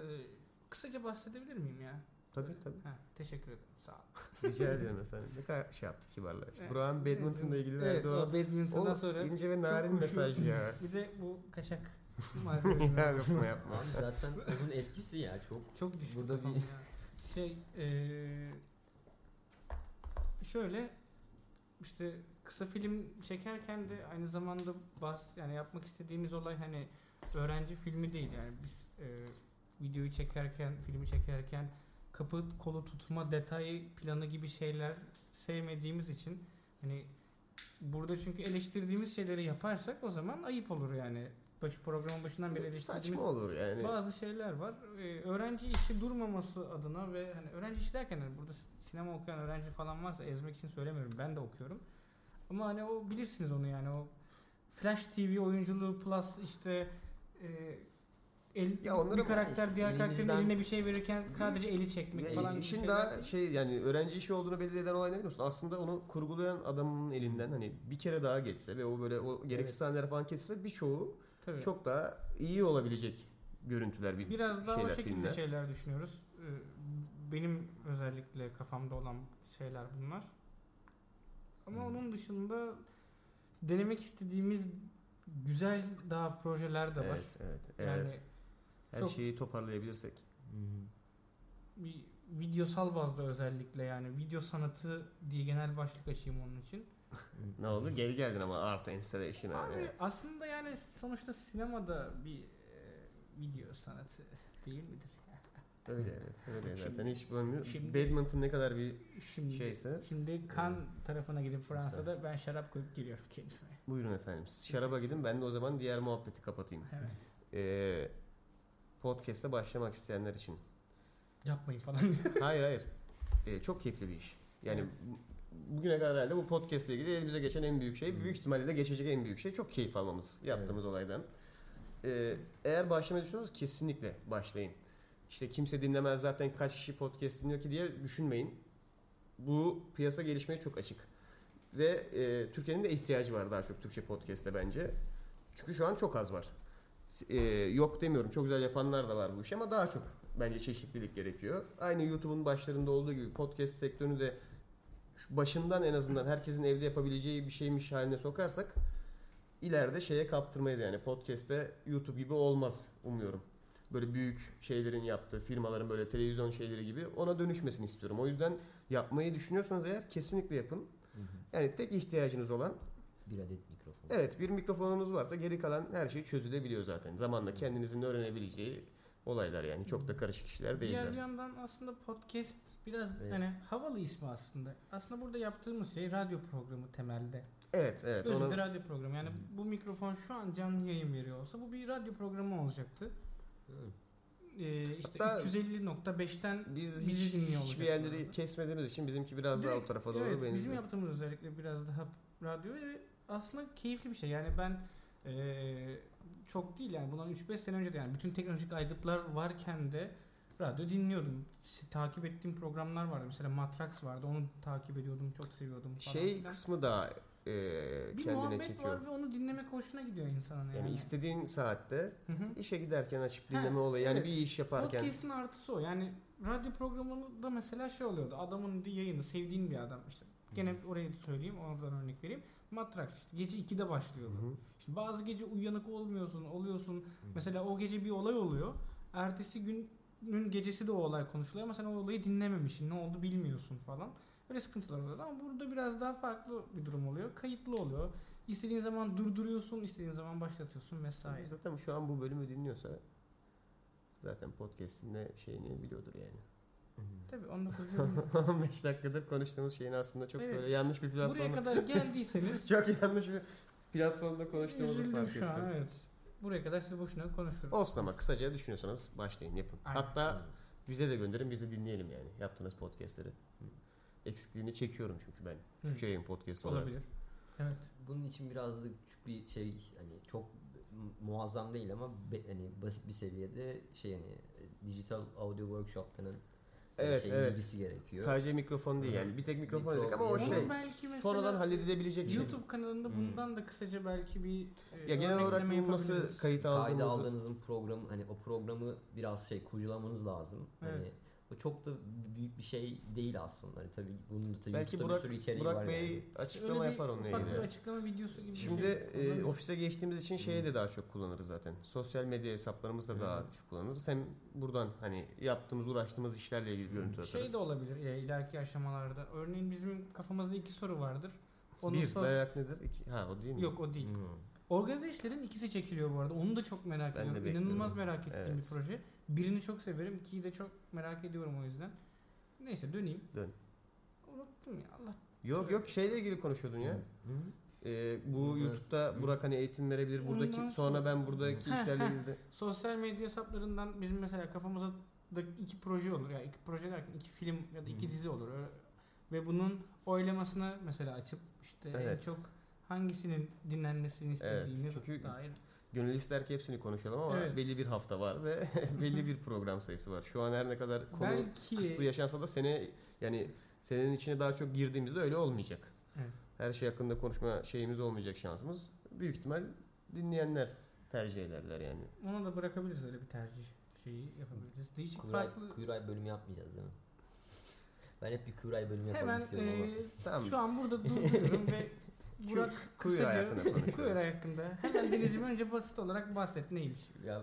Speaker 1: kısaca bahsedebilir miyim ya?
Speaker 2: Tabii tabii.
Speaker 1: Ha, teşekkür ederim. Sağ ol.
Speaker 2: Rica ederim efendim. Ne kadar şey yaptı kibarlar.
Speaker 1: Evet.
Speaker 2: Burak'ın badminton'la ilgili
Speaker 1: evet,
Speaker 2: verdiği
Speaker 1: o badminton'dan
Speaker 2: o,
Speaker 1: sonra
Speaker 2: o ince ve narin
Speaker 1: hoşuma-
Speaker 2: mesaj ya.
Speaker 1: bir de bu kaçak
Speaker 2: ya
Speaker 1: malzemeler.
Speaker 2: yapma yapma.
Speaker 4: Abi zaten onun etkisi ya çok.
Speaker 1: Çok düştü
Speaker 4: Burada
Speaker 1: kafam
Speaker 4: bir-
Speaker 1: ya. Şey eee şöyle işte kısa film çekerken de aynı zamanda bas yani yapmak istediğimiz olay hani öğrenci filmi değil yani biz e, videoyu çekerken filmi çekerken kapı kolu tutma detayı planı gibi şeyler sevmediğimiz için hani burada çünkü eleştirdiğimiz şeyleri yaparsak o zaman ayıp olur yani. Baş, programın başından beri eleştirdiğimiz
Speaker 2: Saçma olur yani.
Speaker 1: bazı şeyler var. Ee, öğrenci işi durmaması adına ve hani öğrenci işi derken hani burada s- sinema okuyan öğrenci falan varsa ezmek için söylemiyorum. Ben de okuyorum. Ama hani o bilirsiniz onu yani o Flash TV oyunculuğu plus işte e, el,
Speaker 2: Ya onları
Speaker 1: bir karakter diğer karakterin
Speaker 4: elimizden-
Speaker 1: eline bir şey verirken sadece eli çekmek
Speaker 2: Ya,
Speaker 1: falan gibi
Speaker 2: işin
Speaker 1: şeyler.
Speaker 2: daha şey yani öğrenci işi olduğunu belli eden olay ne biliyor musun? Aslında onu kurgulayan adamın elinden hani bir kere daha geçse ve o böyle o gereksiz sahneler falan kesilse birçoğu
Speaker 1: Tabii.
Speaker 2: çok daha iyi olabilecek görüntüler bir
Speaker 1: Biraz daha o
Speaker 2: şeyler,
Speaker 1: şekilde
Speaker 2: filmler.
Speaker 1: şeyler düşünüyoruz. Ee, Benim özellikle kafamda olan şeyler bunlar. Ama
Speaker 2: Hmm.
Speaker 1: onun dışında denemek istediğimiz güzel daha projeler de var.
Speaker 2: Evet, evet. Eğer
Speaker 1: Yani
Speaker 2: her
Speaker 1: çok-
Speaker 2: şeyi toparlayabilirsek.
Speaker 1: bir videosal bazda özellikle yani video sanatı diye genel başlık açayım onun için.
Speaker 2: Ne oldu? Geri geldin ama art installation'a.
Speaker 1: Abi
Speaker 2: yani.
Speaker 1: aslında yani sonuçta sinemada bir e, video sanatı değil midir?
Speaker 2: Öyle evet. Öyle
Speaker 1: Şimdi-
Speaker 2: zaten hiç bölmüyor.
Speaker 1: şimdi-
Speaker 2: Badminton ne kadar bir
Speaker 1: Şimdi
Speaker 2: şeyse.
Speaker 1: Şimdi kan tarafına gidip Fransa'da ben şarap koyup geliyorum kendime.
Speaker 2: Buyurun efendim. Siz şaraba gidin ben de o zaman diğer muhabbeti kapatayım.
Speaker 1: Evet.
Speaker 2: Ee, podcast'e başlamak isteyenler için.
Speaker 1: Yapmayın falan.
Speaker 2: Hayır hayır. Ee, çok keyifli bir iş. Yani
Speaker 1: Evet.
Speaker 2: bu- bugüne kadar herhalde bu podcast ile ilgili elimize geçen en büyük şey, büyük ihtimalle de geçecek en büyük şey çok keyif almamız yaptığımız olaydan. Ee, eğer başlamayı düşünüyorsanız kesinlikle başlayın. İşte kimse dinlemez zaten kaç kişi podcast dinliyor ki diye düşünmeyin. Bu piyasa gelişmeye çok açık. Ve e, Türkiye'nin de ihtiyacı var daha çok Türkçe podcast'e bence. Çünkü şu an çok az var. S- e, yok demiyorum. Çok güzel yapanlar da var bu iş ama daha çok bence çeşitlilik gerekiyor. Aynı YouTube'un başlarında olduğu gibi podcast sektörünü de şu başından en azından herkesin evde yapabileceği bir şeymiş haline sokarsak ileride şeye kaptırmayız yani podcast'te YouTube gibi olmaz umuyorum. Böyle büyük şeylerin yaptığı firmaların böyle televizyon şeyleri gibi ona dönüşmesini istiyorum. O yüzden yapmayı düşünüyorsanız eğer kesinlikle yapın. Yani tek ihtiyacınız olan
Speaker 4: Bir adet mikrofon.
Speaker 2: Evet bir mikrofonunuz varsa geri kalan her şey çözülebiliyor zaten. Zamanla kendinizin öğrenebileceği olaylar yani. Çok da karışık işler
Speaker 1: Diğer
Speaker 2: değiller.
Speaker 1: yandan aslında podcast biraz
Speaker 4: Evet.
Speaker 1: hani havalı ismi aslında. Aslında burada yaptığımız şey radyo programı temelde.
Speaker 2: Evet evet.
Speaker 1: Özür
Speaker 2: Ona... Hmm.
Speaker 1: dilerim, radyo programı. Yani bu mikrofon şu an canlı yayın veriyor olsa bu bir radyo programı olacaktı. Ee, işte
Speaker 2: Hatta
Speaker 1: 350.5'ten
Speaker 2: Biz
Speaker 1: Bizi
Speaker 2: hiç,
Speaker 1: dinliyor
Speaker 2: hiçbir
Speaker 1: olacaklar.
Speaker 2: yerleri kesmediğimiz için bizimki biraz daha o
Speaker 1: Direkt-
Speaker 2: tarafa doğru
Speaker 1: evet,
Speaker 2: benziyor.
Speaker 1: Bizim yaptığımız özellikle biraz daha radyo ve aslında keyifli bir şey. Yani ben eee, çok değil yani bundan 3-5 sene önce de yani bütün teknolojik aygıtlar varken de radyo dinliyordum. Ş- takip ettiğim programlar vardı. Mesela Matrax vardı. Onu takip ediyordum. Çok seviyordum falan.
Speaker 2: şey
Speaker 1: filan.
Speaker 2: kısmı da e,
Speaker 1: bir
Speaker 2: kendine
Speaker 1: muhabbet
Speaker 2: çekiyor.
Speaker 1: var ve onu dinlemek hoşuna gidiyor insanın yani.
Speaker 2: Yani istediğin saatte
Speaker 1: Hı hı.
Speaker 2: işe giderken
Speaker 1: Ha,
Speaker 2: açıp dinleme olayı. Yani
Speaker 1: evet.
Speaker 2: bir iş yaparken.
Speaker 1: Podcast'in artısı o. Yani radyo programında mesela şey oluyordu. Adamın yayını sevdiğin bir adam işte. Gene oraya söyleyeyim, oradan örnek vereyim. Matrax işte gece 2'de
Speaker 2: Hı
Speaker 1: başlıyordu.
Speaker 2: hı.
Speaker 1: İşte bazı gece uyanık olmuyorsun, oluyorsun. Mesela o gece bir olay oluyor. Ertesi günün gecesi de o olay konuşuluyor ama sen o olayı dinlememişsin. Ne oldu bilmiyorsun falan. Öyle sıkıntılar oluyor ama burada biraz daha farklı bir durum oluyor. Kayıtlı oluyor. İstediğin zaman durduruyorsun, istediğin zaman başlatıyorsun vesaire.
Speaker 2: Zaten şu an bu bölümü dinliyorsa zaten podcast'in ne şeyini biliyordur yani.
Speaker 1: Tabii 19 bölüm.
Speaker 2: 15 dakikadır konuştuğumuz şeyin aslında çok
Speaker 1: Evet.
Speaker 2: böyle yanlış bir
Speaker 1: Buraya
Speaker 2: platformda
Speaker 1: kadar geldiyseniz
Speaker 2: çok yanlış bir platformda konuştuğumuzu
Speaker 1: Üzüldüm
Speaker 2: fark
Speaker 1: şu an
Speaker 2: ettim.
Speaker 1: evet. Buraya kadar sizi boşuna konuşturdum.
Speaker 2: Olsun ama kısaca düşünüyorsanız başlayın yapın.
Speaker 1: Aynen.
Speaker 2: Hatta bize de gönderin biz de dinleyelim yani yaptığınız podcastleri. Eksikliğini çekiyorum çünkü ben.
Speaker 1: Hı.
Speaker 2: Türkçe yayın podcast şey olarak.
Speaker 1: Olabilir. Evet.
Speaker 4: Bunun için biraz da küçük bir şey hani çok mu- muazzam değil ama be- hani basit bir seviyede şey hani e, dijital audio workshop'tanın
Speaker 2: Evet,
Speaker 4: şey
Speaker 2: evet.
Speaker 4: bilgisi gerekiyor.
Speaker 2: Sadece mikrofon değil
Speaker 4: Hı.
Speaker 2: yani. Bir tek mikrofon
Speaker 4: Mikro-
Speaker 2: dedik ama o
Speaker 4: Onu
Speaker 2: şey
Speaker 1: belki mesela
Speaker 2: sonradan halledilebilecek şey.
Speaker 1: YouTube kanalında
Speaker 4: Hmm.
Speaker 1: bundan da kısaca belki bir e,
Speaker 2: Ya genel olarak
Speaker 1: örnekleme
Speaker 2: bunu nasıl
Speaker 1: yapabiliriz.
Speaker 2: kayıt
Speaker 4: Kayda
Speaker 2: aldığımızı
Speaker 4: aldığınızın programı hani o programı biraz şey kurcalamanız lazım. Hani
Speaker 1: Evet.
Speaker 4: bu çok da büyük bir şey değil aslında. Hani tabii bunun da tabii
Speaker 2: Belki
Speaker 4: YouTube'da
Speaker 2: Burak,
Speaker 4: bir sürü içeriği var
Speaker 2: Burak
Speaker 4: yani.
Speaker 2: Bey açıklama
Speaker 1: Öyle bir
Speaker 2: yapar onunla
Speaker 1: ufak
Speaker 2: ilgili.
Speaker 1: bir açıklama videosu gibi bir
Speaker 2: Şimdi
Speaker 1: şey
Speaker 2: e,
Speaker 1: kullanırız.
Speaker 2: ofiste geçtiğimiz için şeye de daha çok kullanırız zaten. Sosyal medya hesaplarımızı da daha
Speaker 4: Hı.
Speaker 2: aktif kullanırız. Hem buradan hani yaptığımız, uğraştığımız işlerle ilgili görüntü
Speaker 1: şey
Speaker 2: atarız.
Speaker 1: de olabilir e, ileriki aşamalarda. Örneğin bizim kafamızda iki soru vardır. Onun
Speaker 2: bir,
Speaker 1: sor-
Speaker 2: dayak nedir? İki, ha o değil mi?
Speaker 1: Yok o değil.
Speaker 4: Hmm.
Speaker 1: Organize işlerin ikisi çekiliyor bu arada. Onu da çok merak
Speaker 2: Ben de
Speaker 1: ediyorum.
Speaker 2: bekliyorum.
Speaker 1: İnanılmaz merak ettiğim
Speaker 2: Evet.
Speaker 1: bir proje. Birini çok severim. ikiyi de çok merak ediyorum o yüzden. Neyse döneyim.
Speaker 2: Dön.
Speaker 1: Unuttum ya Allah.
Speaker 2: Yok yok şeyle ilgili konuşuyordun ya. Ee, bu
Speaker 4: Evet.
Speaker 2: YouTube'da Burak hani eğitim verebilir
Speaker 1: Ondan
Speaker 2: buradaki
Speaker 1: sonra-
Speaker 2: sonra ben buradaki
Speaker 1: Ha,
Speaker 2: işlerle
Speaker 1: ha.
Speaker 2: ilgili de-
Speaker 1: Sosyal medya hesaplarından bizim mesela kafamıza da iki proje olur. Ya iki proje derken iki film ya da iki
Speaker 4: Hı.
Speaker 1: dizi olur. Ö- Ve bunun oylamasını mesela açıp işte en
Speaker 2: Evet.
Speaker 1: çok hangisinin dinlenmesini istediğine
Speaker 2: çünkü-
Speaker 1: dair.
Speaker 2: gönül ister ki hepsini konuşalım ama
Speaker 1: Evet.
Speaker 2: belli bir hafta var ve belli bir program sayısı var. Şu an her ne kadar konu
Speaker 1: Belki
Speaker 2: kısıtlı yaşansa da sene yani senenin içine daha çok girdiğimizde öyle olmayacak.
Speaker 1: Evet.
Speaker 2: Her şey hakkında konuşma şeyimiz olmayacak şansımız. Büyük ihtimal dinleyenler tercih ederler yani.
Speaker 1: ona da bırakabiliriz öyle bir tercih şeyi yapabiliriz. Değişik
Speaker 4: Kuyray,
Speaker 1: farklı
Speaker 4: Kuyray bölümü yapmayacağız değil mi? Ben hep bir Kuyray bölümü yapalım
Speaker 1: Hemen
Speaker 4: istiyorum ama.
Speaker 1: eee,
Speaker 2: Tamam.
Speaker 1: şu an burada durduruyorum ve Burak
Speaker 2: Kuyruğu hakkında konuşuyoruz.
Speaker 1: Kuyruğu hakkında. Hemen Deniz'im önce basit olarak bahset neymiş?
Speaker 4: Ya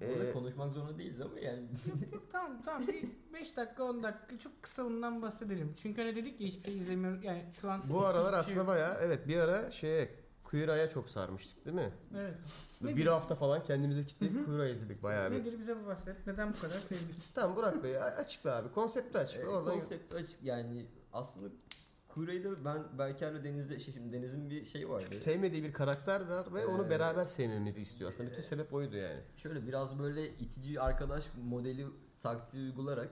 Speaker 4: burada
Speaker 2: Ee,
Speaker 4: konuşmak zorunda değiliz ama yani.
Speaker 1: Yok, yok, tamam tamam bir 5 dakika 10 dakika çok kısa bundan bahsedelim. Çünkü hani dedik ya hiçbir şey izlemiyorum. Yani şu an
Speaker 2: bu aralar
Speaker 1: hiçbir şey
Speaker 2: aslında
Speaker 1: yok.
Speaker 2: bayağı evet bir ara şeye Kuyura'ya çok sarmıştık değil mi?
Speaker 1: Evet.
Speaker 2: Böyle
Speaker 1: Nedir?
Speaker 2: bir hafta falan kendimize
Speaker 1: Hı hı.
Speaker 2: kitleyip Kuyura'ya izledik bayağı bir.
Speaker 1: Nedir bize bu bahset? Neden bu kadar sevdik?
Speaker 2: Tamam Burak Bey a- açıkla abi. Konsepti açıkla.
Speaker 4: Ee,
Speaker 2: Oradan
Speaker 4: konsept açık yani aslında Kuray'ı da ben Berker'le Deniz'de şey, şimdi Deniz'in bir şey vardı.
Speaker 2: sevmediği bir karakter var ve onu
Speaker 4: Ee,
Speaker 2: beraber sevmemizi istiyor. Aslında bütün
Speaker 4: e,
Speaker 2: sebep oydu yani.
Speaker 4: Şöyle biraz böyle itici arkadaş modeli taktiği uygularak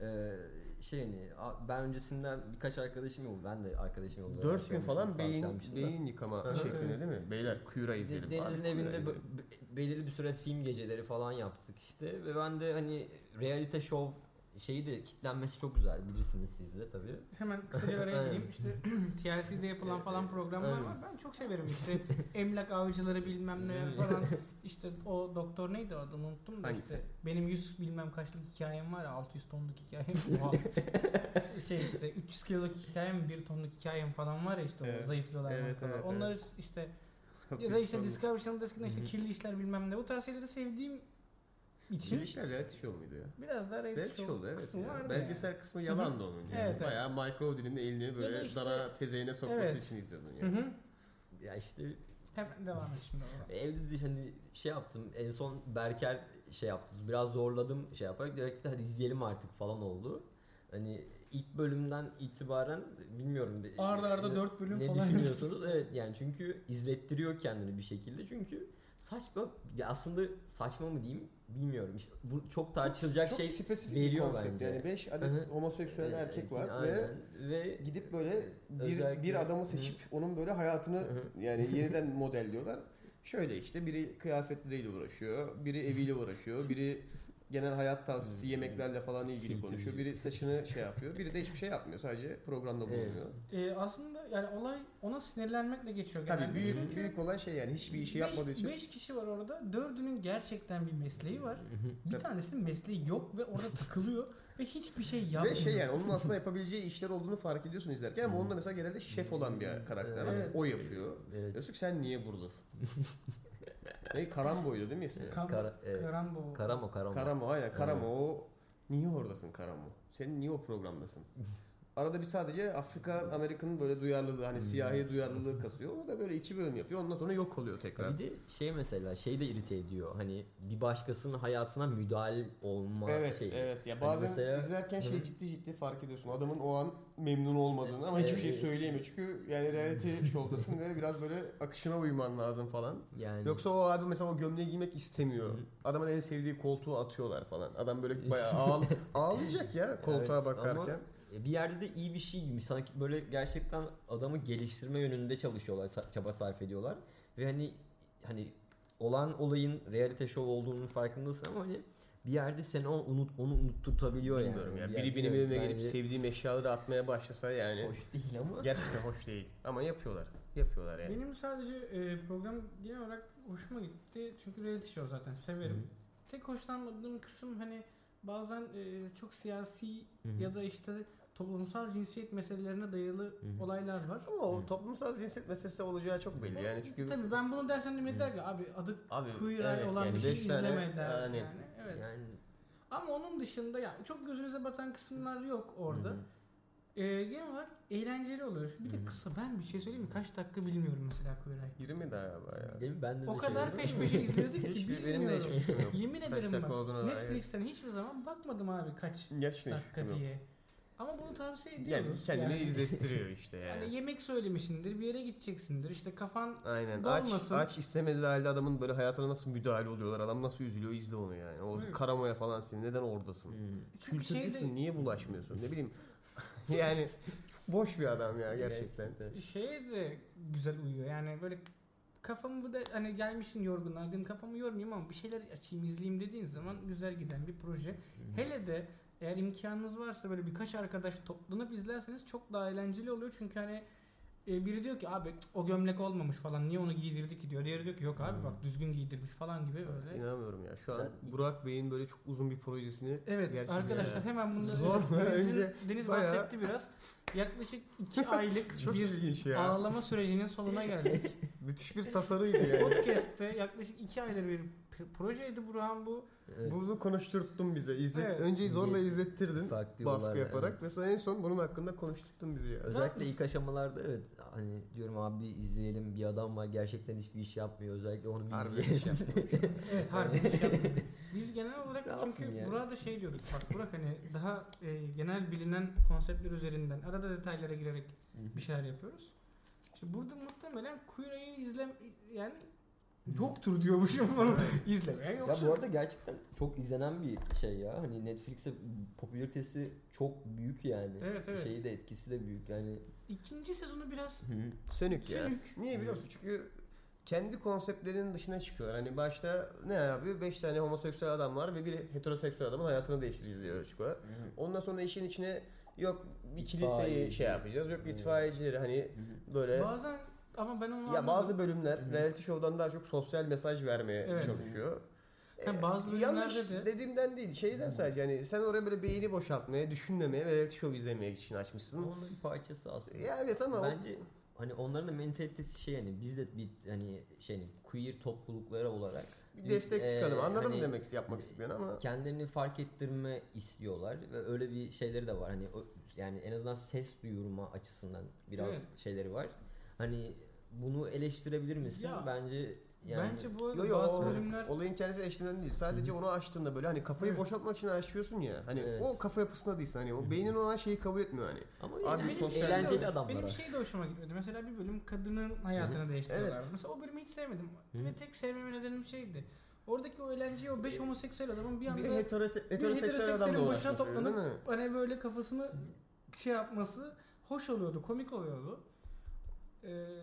Speaker 4: eee, şey hani a- ben öncesinden birkaç arkadaşım oldu. Ben de arkadaşım oldu.
Speaker 2: 4 gün falan beyin,
Speaker 4: Tavsiyemmiştim de.
Speaker 2: beyin yıkama
Speaker 1: Evet.
Speaker 2: şeklinde değil mi? Beyler Kuyura
Speaker 4: De-
Speaker 2: izleyelim.
Speaker 4: Deniz'in
Speaker 2: Abi, Kuyura
Speaker 4: evinde
Speaker 2: izleyelim.
Speaker 4: be- be- belirli bir süre film geceleri falan yaptık işte ve ben de hani reality show şeyi de kitlenmesi çok güzel bilirsiniz siz de tabii.
Speaker 1: Hemen kısaca araya
Speaker 4: Aynen.
Speaker 1: gireyim. İşte TLC'de yapılan falan programlar
Speaker 4: Aynen.
Speaker 1: var. Ben çok severim işte. Emlak avcıları bilmem ne falan. İşte o doktor neydi o adını unuttum da
Speaker 2: Hangisi?
Speaker 1: işte. Benim 100 bilmem kaçlık hikayem var ya 600 tonluk hikayem. Oha. şey işte 300 kiloluk hikayem 1 tonluk hikayem falan var ya işte o
Speaker 2: Evet.
Speaker 1: zayıflıyorlar
Speaker 2: Evet,
Speaker 1: falan.
Speaker 2: evet,
Speaker 1: Onları
Speaker 2: evet.
Speaker 1: işte ya da işte Discovery Channel'da eskiden işte
Speaker 4: Hı hı.
Speaker 1: kirli işler bilmem ne. Bu tarz şeyleri sevdiğim için
Speaker 2: Girişler reality show muydu ya?
Speaker 1: biraz daha reality
Speaker 2: Reality
Speaker 1: show
Speaker 2: show evet.
Speaker 1: kısmı
Speaker 2: ya.
Speaker 1: vardı
Speaker 2: Belgesel kısmı yalan da onun. Yani.
Speaker 1: Evet, evet.
Speaker 2: Bayağı Mike Rodin'in elini
Speaker 1: Ya da
Speaker 2: böyle
Speaker 1: işte-
Speaker 2: dana tezeyine sokması
Speaker 1: Evet.
Speaker 2: için izliyordun
Speaker 1: yani.
Speaker 2: yani.
Speaker 1: Hı hı.
Speaker 4: Ya işte
Speaker 1: Hemen devam et şimdi. oradan.
Speaker 4: Evde de hani şey yaptım en son Berker şey yaptı biraz zorladım şey yaparak direkt de hadi izleyelim artık falan oldu. Hani ilk bölümden itibaren bilmiyorum. bir-
Speaker 1: Arda arda
Speaker 4: E, ne-
Speaker 1: dört bölüm
Speaker 4: ne
Speaker 1: falan.
Speaker 4: düşünüyorsunuz? evet yani çünkü izlettiriyor kendini bir şekilde çünkü saçma ya aslında saçma mı diyeyim bilmiyorum. İşte bu çok tartışılacak
Speaker 2: Çok
Speaker 4: şey
Speaker 2: spesifik
Speaker 4: veriyor
Speaker 2: bir konsept.
Speaker 4: bence.
Speaker 2: Yani 5
Speaker 4: Hı hı.
Speaker 2: adet homoseksüel erkek var ve
Speaker 4: Aynen. ve
Speaker 2: gidip böyle bir,
Speaker 4: Özellikle-
Speaker 2: bir adamı seçip onun böyle hayatını
Speaker 4: Hı.
Speaker 2: yani yeniden modelliyorlar. Şöyle işte biri kıyafetleriyle uğraşıyor, biri eviyle uğraşıyor, biri genel hayat tavsiyesi, yemeklerle falan ilgili
Speaker 4: Kültür.
Speaker 2: konuşuyor. Biri saçını şey yapıyor, biri de hiçbir şey yapmıyor. Sadece programda
Speaker 4: Evet.
Speaker 2: bulunuyor.
Speaker 1: Ee, aslında yani olay ona sinirlenmekle geçiyor
Speaker 2: Tabii
Speaker 1: genelde.
Speaker 2: büyük,
Speaker 1: Çünkü
Speaker 2: büyük olan şey yani hiçbir işi yapmadığı
Speaker 1: beş-
Speaker 2: için.
Speaker 1: beş kişi var orada. Dördünün gerçekten bir mesleği var. Bir
Speaker 2: Sen-
Speaker 1: tanesinin mesleği yok ve orada takılıyor ve hiçbir şey yapmıyor.
Speaker 2: Ve şey yani onun aslında yapabileceği işler olduğunu fark ediyorsun izlerken ama onda mesela genelde şef olan bir karakter var.
Speaker 1: Evet.
Speaker 2: O yapıyor.
Speaker 4: evet.
Speaker 2: Diyorsun ki sen niye buradasın? ne Karambo'ydu değil mi ismi?
Speaker 1: Kam-
Speaker 4: Kara- evet.
Speaker 1: Karambo.
Speaker 4: Karamo Karamo.
Speaker 2: Karamo aynen Karamo o niye oradasın Karamo? Senin niye o programdasın? Arada bir sadece Afrika Amerika'nın böyle duyarlılığı
Speaker 4: Hmm.
Speaker 2: hani siyahi duyarlılığı kasıyor. O da böyle iki bölüm yapıyor. Ondan sonra yok oluyor tekrar.
Speaker 4: Bir de şey mesela şey de irite ediyor. Hani bir başkasının hayatına müdahale olma
Speaker 2: Evet
Speaker 4: şeyi.
Speaker 2: evet ya
Speaker 4: Hani
Speaker 2: bazen
Speaker 4: mesela-
Speaker 2: izlerken
Speaker 4: Hı.
Speaker 2: şey ciddi ciddi fark ediyorsun. Adamın o an memnun olmadığını ama hiçbir şey
Speaker 4: Evet.
Speaker 2: söyleyemiyor. Çünkü yani reality show'dasın ve biraz böyle akışına uyman lazım falan.
Speaker 4: Yani
Speaker 2: Yoksa o abi mesela o gömleği giymek istemiyor.
Speaker 4: Hı.
Speaker 2: Adamın en sevdiği koltuğu atıyorlar falan. Adam böyle bayağı ağl- ağlayacak ya koltuğa
Speaker 4: Evet,
Speaker 2: bakarken.
Speaker 4: bir yerde de iyi bir şey gibi sanki böyle gerçekten adamı geliştirme yönünde çalışıyorlar, sa- çaba sarf ediyorlar ve hani hani olan olayın reality show olduğunun farkındasın ama hani bir yerde seni onu unut onu unutturtabiliyor
Speaker 2: Bilmiyorum
Speaker 4: yani.
Speaker 2: ya.
Speaker 4: Bir
Speaker 2: Biri
Speaker 4: yerde
Speaker 2: benim evime
Speaker 4: bence
Speaker 2: gelip sevdiğim eşyaları atmaya başlasa yani
Speaker 4: hoş değil ama
Speaker 2: gerçekten hoş değil. Ama yapıyorlar. Yapıyorlar yani.
Speaker 1: Benim sadece e, program genel olarak hoşuma gitti. Çünkü reality show zaten severim. Tek hoşlanmadığım kısım hani bazen e, çok siyasi
Speaker 4: Hı hı.
Speaker 1: ya da işte toplumsal cinsiyet meselelerine dayalı
Speaker 4: hı.
Speaker 1: olaylar var.
Speaker 2: Ama o toplumsal cinsiyet meselesi olacağı çok belli yani çünkü
Speaker 1: Tabii ben bunu dersen de der ki abi adı
Speaker 2: Abi,
Speaker 1: queer eye
Speaker 2: evet
Speaker 1: olan
Speaker 2: yani
Speaker 1: bir şey
Speaker 2: beş tane,
Speaker 1: izleme der yani.
Speaker 2: yani.
Speaker 1: Evet.
Speaker 4: yani
Speaker 1: Ama onun dışında ya çok gözünüze batan kısımlar yok orada.
Speaker 4: Hı hı.
Speaker 1: Ee, genel olarak eğlenceli oluyor. Bir de
Speaker 4: Hı.
Speaker 1: kısa. Ben bir şey söyleyeyim mi? Kaç dakika bilmiyorum mesela Kubilay.
Speaker 2: 20 galiba ya.
Speaker 4: Değil mi? Ben de
Speaker 1: O
Speaker 4: de
Speaker 1: kadar
Speaker 4: şey-
Speaker 1: peş peşe izliyorduk ki
Speaker 2: Hiçbir benim de hiçbir
Speaker 1: bilmiyorum.
Speaker 2: fikrim yok.
Speaker 1: Yemin
Speaker 2: Kaç
Speaker 1: ederim
Speaker 2: dakika
Speaker 1: bak.
Speaker 2: olduğuna dair.
Speaker 1: Netflix'ten hiçbir zaman bakmadım abi kaç
Speaker 2: Gerçekten hiçbir
Speaker 1: dakika
Speaker 2: fikrim yok.
Speaker 1: diye. Ama bunu tavsiye ediyoruz.
Speaker 2: Yani kendini
Speaker 1: yani.
Speaker 2: izlettiriyor işte yani.
Speaker 1: Hani yemek söylemişsindir, bir yere gideceksindir. İşte kafan
Speaker 2: Aynen.
Speaker 1: Dolmasın.
Speaker 2: Aç aç istemediği halde adamın böyle hayatına nasıl müdahale oluyorlar. Adam nasıl üzülüyor izle onu yani. O
Speaker 1: Evet.
Speaker 2: karamoya falan seni neden oradasın?
Speaker 4: Hmm.
Speaker 1: çünkü şey
Speaker 2: Kültürlüsün
Speaker 1: şeyde
Speaker 2: niye bulaşmıyorsun? Ne bileyim. yani çok boş bir adam ya gerçekten.
Speaker 1: şeye şey de güzel uyuyor. Yani böyle kafamı bu da hani gelmişsin yorgun argın kafamı yormayayım ama bir şeyler açayım izleyeyim dediğin zaman güzel giden bir proje.
Speaker 4: Hmm.
Speaker 1: Hele de eğer imkanınız varsa böyle birkaç arkadaş toplanıp izlerseniz çok daha eğlenceli oluyor. Çünkü hani e, biri diyor ki abi cık, o gömlek olmamış falan niye onu giydirdi ki diyor. Diğeri diyor ki yok abi
Speaker 4: Hmm.
Speaker 1: bak düzgün giydirmiş falan gibi böyle.
Speaker 2: İnanamıyorum ya. Şu an
Speaker 4: Zaten-
Speaker 2: Burak Bey'in böyle çok uzun bir projesini
Speaker 1: Evet
Speaker 2: Gerçi
Speaker 1: arkadaşlar
Speaker 2: ya.
Speaker 1: hemen bunları
Speaker 2: Zor mu?
Speaker 1: Deniz'in-
Speaker 2: Önce
Speaker 1: Deniz
Speaker 2: bayağı-
Speaker 1: bahsetti biraz. Yaklaşık 2 aylık
Speaker 2: çok
Speaker 1: bir
Speaker 2: ilginç ya.
Speaker 1: ağlama sürecinin sonuna geldik.
Speaker 2: Müthiş bir tasarıydı yani.
Speaker 1: Podcast'te yaklaşık 2 aydır bir p- projeydi Burhan bu.
Speaker 4: Evet.
Speaker 2: Bunu konuşturttun bize. İzlet,
Speaker 1: Evet.
Speaker 2: Önce zorla
Speaker 4: Evet.
Speaker 2: izlettirdin.
Speaker 4: Farklı
Speaker 2: baskı
Speaker 4: yollarla,
Speaker 2: yaparak
Speaker 4: evet.
Speaker 2: ve sonra en son bunun hakkında konuşturttun bizi ya.
Speaker 4: Özellikle ilk aşamalarda evet hani diyorum abi bir izleyelim bir adam var gerçekten hiçbir iş yapmıyor özellikle onu bir
Speaker 2: Harbi
Speaker 4: izleyelim.
Speaker 2: bir şey yapmamış.
Speaker 1: Evet harbi bir şey yapmadık. Biz genel olarak
Speaker 4: Rahatsın
Speaker 1: çünkü
Speaker 4: yani.
Speaker 1: Burak'a da şey diyorduk bak Burak hani daha e, genel bilinen konseptler üzerinden arada detaylara girerek bir
Speaker 2: şey
Speaker 1: şeyler yapıyoruz. İşte burada muhtemelen Kuyra'yı izlem yani
Speaker 2: Hmm.
Speaker 1: yoktur diyormuşum bunu izlemeye
Speaker 4: ya
Speaker 1: yoksa
Speaker 4: bu arada gerçekten çok izlenen bir şey ya. Hani Netflix'te popülaritesi çok büyük yani.
Speaker 1: Evet, evet.
Speaker 4: Şeyi de etkisi de büyük yani.
Speaker 1: ikinci sezonu biraz
Speaker 4: Hı.
Speaker 2: Sönük ya.
Speaker 1: Sönük.
Speaker 2: Niye biliyor musun? Çünkü kendi konseptlerinin dışına çıkıyorlar. Hani başta ne yapıyor? 5 tane homoseksüel adam var ve bir heteroseksüel adamın hayatını değiştireceğiz diyor çıkıyorlar. Ondan sonra işin içine yok bir kiliseyi
Speaker 4: İtfaiyeci.
Speaker 2: şey yapacağız. Yok
Speaker 4: Evet.
Speaker 2: itfaiyecileri hani böyle
Speaker 1: bazen ama ben onu anladım.
Speaker 2: ya bazı bölümler
Speaker 4: Hı.
Speaker 2: reality show'dan daha çok sosyal mesaj vermeye
Speaker 1: Evet.
Speaker 2: çalışıyor. E,
Speaker 1: Ha, bazı bölümlerde
Speaker 2: yanlış
Speaker 1: de-
Speaker 2: dediğimden değil. Şeyden sadece yani sen oraya böyle beyni boşaltmaya, düşünmemeye ve reality show izlemeye için açmışsın.
Speaker 4: Onun bir parçası aslında.
Speaker 2: Ya evet ama o-
Speaker 4: Bence hani onların da mentalitesi şey hani biz de bir hani şey queer toplulukları olarak
Speaker 2: bir destek
Speaker 4: Ee,
Speaker 2: çıkalım. Anladın mı
Speaker 4: hani-
Speaker 2: demek yapmak istediğini ama
Speaker 4: kendilerini fark ettirme istiyorlar ve öyle bir şeyleri de var. Hani o- yani en azından ses duyurma açısından biraz
Speaker 1: Evet.
Speaker 4: şeyleri var. Hani bunu eleştirebilir misin?
Speaker 1: Ya,
Speaker 4: bence yani
Speaker 1: Bence bu arada
Speaker 2: Yo yo
Speaker 1: bazı
Speaker 2: o-
Speaker 1: bölümler
Speaker 2: olayın kendisi eşliğinden değil. Sadece onu açtığında böyle hani kafayı
Speaker 1: Evet.
Speaker 2: boşaltmak için açıyorsun ya. Hani
Speaker 4: Evet.
Speaker 2: o kafa yapısında değilsin. Hani o beynin olan şeyi kabul etmiyor hani.
Speaker 4: ama
Speaker 2: Abi
Speaker 4: yani
Speaker 2: sosyal-
Speaker 4: eğlenceli adamlar.
Speaker 1: Benim
Speaker 4: aslında.
Speaker 1: şey de hoşuma gitmedi. Mesela bir bölüm kadının hayatını değiştiriyorlar.
Speaker 2: Evet.
Speaker 1: Mesela o bölümü hiç sevmedim.
Speaker 4: Hı.
Speaker 1: Ve tek sevmeme nedenim şeydi. Oradaki o eğlenceyi o
Speaker 2: E,
Speaker 1: 5 homoseksüel adamın bir
Speaker 2: Bir
Speaker 1: anda
Speaker 2: heterose-
Speaker 1: bir
Speaker 2: heteroseksüel adamla
Speaker 1: heteroseksüelin başına
Speaker 2: uğraşması öyle değil mi?
Speaker 1: toplanıp hani böyle kafasını şey yapması hoş oluyordu, komik oluyordu. Ee,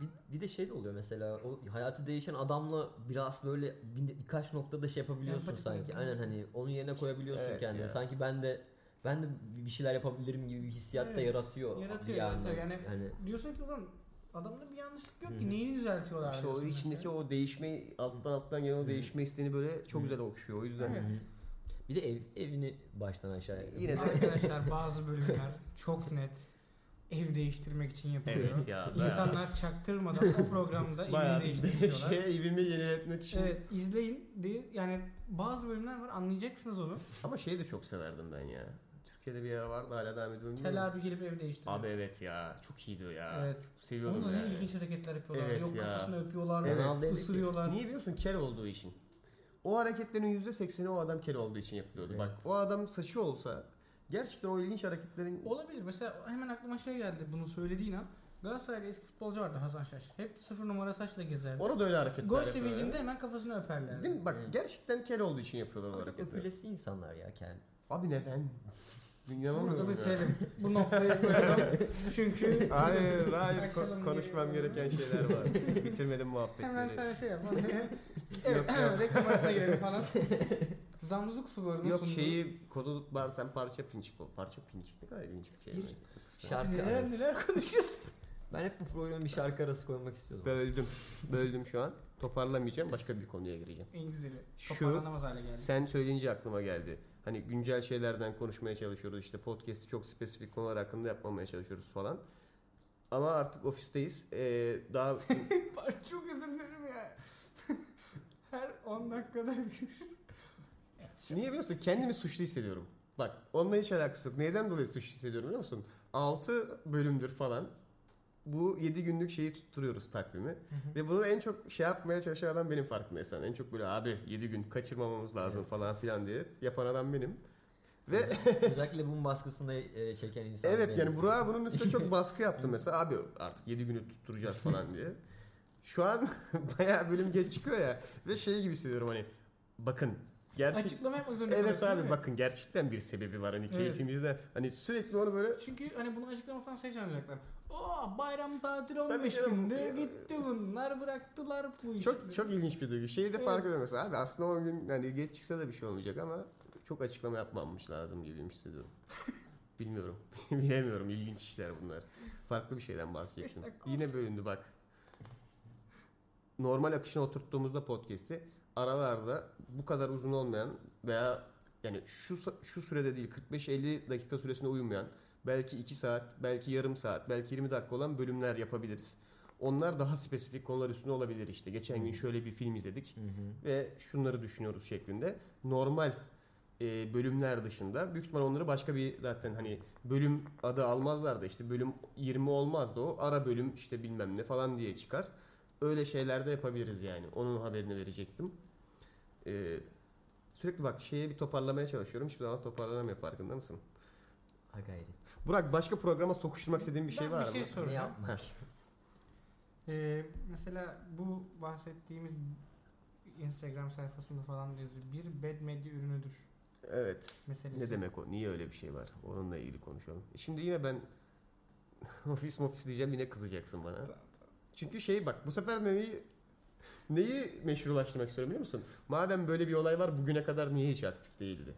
Speaker 4: Bir, bir de şey de oluyor mesela o hayatı değişen adamla biraz böyle bir- birkaç noktada şey yapabiliyorsun
Speaker 1: Empati
Speaker 4: sanki.
Speaker 1: kurabiliyorsun.
Speaker 4: Aynen hani onun yerine koyabiliyorsun
Speaker 2: Evet
Speaker 4: kendini.
Speaker 2: ya.
Speaker 4: Sanki ben de ben de bir şeyler yapabilirim gibi bir hissiyat da
Speaker 1: Evet.
Speaker 4: yaratıyor.
Speaker 1: Yaratıyor,
Speaker 4: bir
Speaker 1: yaratıyor.
Speaker 4: yandan.
Speaker 1: Yani-
Speaker 4: yani Hani
Speaker 1: diyorsun ki ulan adamda bir yanlışlık yok
Speaker 4: Hı.
Speaker 1: ki neyini düzeltiyorlar.
Speaker 2: İşte o
Speaker 1: diyorsun
Speaker 2: içindeki
Speaker 1: mesela.
Speaker 2: o değişme alttan alttan gelen o
Speaker 4: Hı.
Speaker 2: değişme isteğini böyle çok
Speaker 4: Hı.
Speaker 2: güzel okşuyor. O yüzden
Speaker 1: Evet.
Speaker 4: Bir de ev, evini baştan aşağıya.
Speaker 2: Yine de-
Speaker 1: Arkadaşlar bazı bölümler çok net ev değiştirmek için yapılıyor.
Speaker 2: ya.
Speaker 1: İnsanlar çaktırmadan o programda evini
Speaker 2: bayağı
Speaker 1: değiştiriyorlar.
Speaker 2: şey evimi yeniletmek için.
Speaker 1: Evet izleyin. De- Yani bazı bölümler var anlayacaksınız onu.
Speaker 2: Ama şeyi de çok severdim ben ya. Türkiye'de bir yer vardı hala devam ediyor. bilmiyorum.
Speaker 1: Kel abi gelip ev değiştiriyor.
Speaker 2: Abi evet ya. Çok iyiydi o ya.
Speaker 1: Evet.
Speaker 2: Seviyordum
Speaker 1: Onunla ne
Speaker 2: yani.
Speaker 1: ilginç hareketler yapıyorlar.
Speaker 2: Evet
Speaker 1: Yok
Speaker 2: ya.
Speaker 1: kafasını öpüyorlar,
Speaker 2: Evet.
Speaker 4: Ronaldo'ya da-
Speaker 1: ısırıyorlar.
Speaker 2: Niye biliyorsun? Kel olduğu için. O hareketlerin %80'i o adam kel olduğu için yapılıyordu.
Speaker 4: Evet.
Speaker 2: Bak o adam saçı olsa gerçekten o ilginç hareketlerin
Speaker 1: Olabilir. Mesela hemen aklıma şey geldi bunu söylediğin an. Galatasaray'da eski futbolcu vardı Hasan Şaş. Hep sıfır numara saçla gezerdi.
Speaker 2: ona da öyle hareketler
Speaker 1: Gol
Speaker 2: yapıyor.
Speaker 1: sevincinde hemen kafasını öperlerdi.
Speaker 2: Değil mi? Bak
Speaker 4: Evet.
Speaker 2: gerçekten kel olduğu için yapıyorlar o
Speaker 4: Ama çok
Speaker 2: hareketleri.
Speaker 4: öpülesi insanlar ya kendi.
Speaker 2: Abi neden?
Speaker 1: Burada
Speaker 2: İnanamıyorum ya.
Speaker 1: bitirelim. Bu noktayı koyalım. Çünkü
Speaker 2: Hayır hayır
Speaker 1: Akşamın
Speaker 2: ko- konuşmam
Speaker 1: geliyor.
Speaker 2: gereken şeyler var. Bitirmedim muhabbetleri.
Speaker 1: Hemen sen şey yap.
Speaker 2: Yok,
Speaker 1: evet,
Speaker 2: yok.
Speaker 1: reklam arasına girelim falan. Zamzuk sularını
Speaker 2: Yok
Speaker 1: sundu.
Speaker 2: şeyi kodu zaten parça pinçik o. Parça pinçik ne kadar ilginç bir kelime.
Speaker 4: Bir
Speaker 2: Kısa.
Speaker 4: şarkı
Speaker 1: Neler
Speaker 4: arası.
Speaker 1: neler konuşuyorsun.
Speaker 4: Ben hep bu programa bir şarkı arası koymak istiyordum.
Speaker 2: Böldüm. Böldüm şu an. Toparlamayacağım. Başka bir konuya gireceğim.
Speaker 1: En güzeli.
Speaker 2: Şu-
Speaker 1: Toparlanamaz hale geldi.
Speaker 2: Sen söyleyince aklıma geldi. Hani güncel şeylerden konuşmaya çalışıyoruz. İşte podcast'i çok spesifik konular hakkında yapmamaya çalışıyoruz falan. Ama artık ofisteyiz. Ee, daha
Speaker 1: Pardon, Çok özür dilerim ya. Her 10 dakikada bir.
Speaker 2: niye biliyorsun? Kendimi suçlu hissediyorum. Bak onunla hiç alakası yok. Neyden dolayı suç hissediyorum biliyor musun? 6 bölümdür falan bu 7 günlük şeyi tutturuyoruz takvimi. Ve bunu en çok şey yapmaya çalışan adam benim farkındaysan. En çok böyle abi 7 gün kaçırmamamız lazım
Speaker 4: Evet.
Speaker 2: falan filan diye yapan adam benim. Ve
Speaker 4: Özellikle bunun baskısını e, çeken insan.
Speaker 2: evet
Speaker 4: benim.
Speaker 2: yani Burak'a bunun üstüne çok baskı yaptım mesela. Abi artık 7 günü tutturacağız falan diye. Şu an bayağı bölüm geç çıkıyor ya. Ve şey gibi hissediyorum hani bakın gerçek...
Speaker 1: Açıklama yapmak zorunda
Speaker 2: Evet
Speaker 1: kalıyorsun,
Speaker 2: abi
Speaker 1: değil mi?
Speaker 2: bakın gerçekten bir sebebi var hani
Speaker 1: Evet.
Speaker 2: keyfimizde. Hani sürekli onu böyle
Speaker 1: Çünkü hani bunu açıklamaktan şey çağıracaklar. Oo bayram tatili
Speaker 2: Tabii
Speaker 1: 15
Speaker 2: canım,
Speaker 1: günde
Speaker 2: ya-
Speaker 1: gitti bunlar bıraktılar bu işi.
Speaker 2: çok çok ilginç bir duygu. Şeyi de
Speaker 1: Evet.
Speaker 2: fark ediyorum mesela abi aslında o gün hani geç çıksa da bir şey olmayacak ama çok açıklama yapmamış lazım gibi hissediyorum. Bilmiyorum. Bilemiyorum. İlginç işler bunlar. Farklı bir şeyden bahsedecektim.
Speaker 1: Beş dakika
Speaker 2: Yine bölündü bak. Normal akışına oturttuğumuzda podcast'i aralarda bu kadar uzun olmayan veya yani şu şu sürede değil 45-50 dakika süresine uymayan belki 2 saat, belki yarım saat, belki 20 dakika olan bölümler yapabiliriz. Onlar daha spesifik konular üstüne olabilir işte. Geçen gün şöyle bir film izledik
Speaker 4: Hı hı.
Speaker 2: ve şunları düşünüyoruz şeklinde normal e, bölümler dışında büyük ihtimal onları başka bir zaten hani bölüm adı almazlar da işte bölüm 20 olmaz da o ara bölüm işte bilmem ne falan diye çıkar. Öyle şeyler de yapabiliriz yani. Onun haberini verecektim. E, sürekli bak şeye bir toparlamaya çalışıyorum. Hiçbir zaman toparlanamıyor farkında mısın?
Speaker 4: Ha gayret.
Speaker 2: Burak başka programa sokuşturmak istediğin bir şey
Speaker 1: Ben
Speaker 2: var
Speaker 1: bir şey
Speaker 2: mı?
Speaker 1: soracağım.
Speaker 4: Ne yapmak?
Speaker 1: Ee, mesela bu bahsettiğimiz Instagram sayfasında falan da yazıyor. Bir bad media ürünüdür
Speaker 2: Evet.
Speaker 1: meselesi.
Speaker 2: Ne demek o? Niye öyle bir şey var? Onunla ilgili konuşalım. E Şimdi yine ben ofis mofis diyeceğim yine kızacaksın bana.
Speaker 1: Tamam,
Speaker 2: Çünkü şey bak bu sefer neyi neyi meşrulaştırmak istiyorum biliyor musun? Madem böyle bir olay var bugüne kadar niye hiç aktif değildi?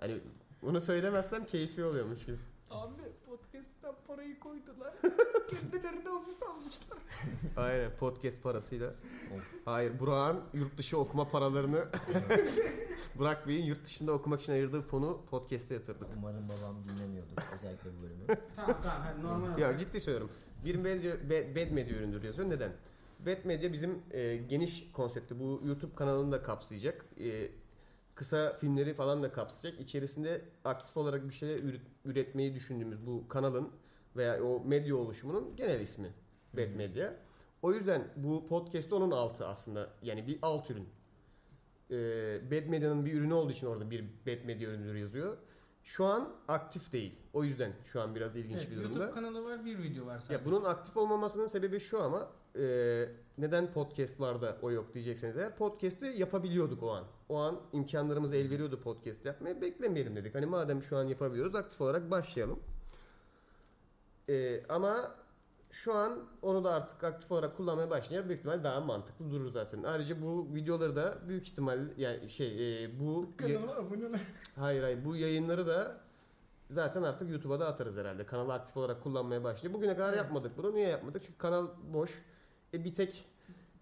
Speaker 2: Hani onu söylemezsem keyfi oluyormuş gibi.
Speaker 1: Abi podcast'ten parayı koydular. Kendilerine ofis almışlar.
Speaker 2: Aynen podcast parasıyla.
Speaker 4: Of.
Speaker 2: Hayır Burak'ın yurt dışı okuma paralarını Burak Bey'in yurt dışında okumak için ayırdığı fonu podcast'e yatırdık.
Speaker 4: Umarım babam dinlemiyordur özellikle bu bölümü.
Speaker 1: tamam tamam hani normal.
Speaker 2: Ya
Speaker 1: olarak-
Speaker 2: ciddi söylüyorum. Bir medya, be- bad medya üründür yazıyor. Neden? Bad medya bizim e, geniş konsepti. Bu YouTube kanalını da kapsayacak. E, kısa filmleri falan da kapsayacak. İçerisinde aktif olarak bir şeyler üret- üretmeyi düşündüğümüz bu kanalın veya o medya oluşumunun genel ismi
Speaker 4: Hı
Speaker 2: Bad
Speaker 4: hı.
Speaker 2: Media. O yüzden bu podcast onun altı aslında. Yani bir alt ürün. E, Bad Media'nın bir ürünü olduğu için orada bir Bad Media ürünüdür yazıyor. Şu an aktif değil. O yüzden şu an biraz ilginç
Speaker 1: Evet,
Speaker 2: bir durumda.
Speaker 1: YouTube kanalı var bir video var sadece.
Speaker 2: Ya bunun aktif olmamasının sebebi şu ama e, neden podcastlarda o yok diyecekseniz eğer podcast'i yapabiliyorduk o an. O an imkanlarımız el veriyordu podcast yapmaya beklemeyelim dedik. Hani madem şu an yapabiliyoruz aktif olarak başlayalım. E, ama şu an onu da artık aktif olarak kullanmaya başlayınca büyük ihtimal daha mantıklı durur zaten. Ayrıca bu videoları da büyük ihtimal yani şey e, bu
Speaker 1: Kanala abone ol.
Speaker 2: Hayır hayır bu yayınları da zaten artık YouTube'a da atarız herhalde. Kanalı aktif olarak kullanmaya başlayacak. Bugüne kadar
Speaker 1: Evet.
Speaker 2: yapmadık bunu. Niye yapmadık? Çünkü kanal boş. E bir tek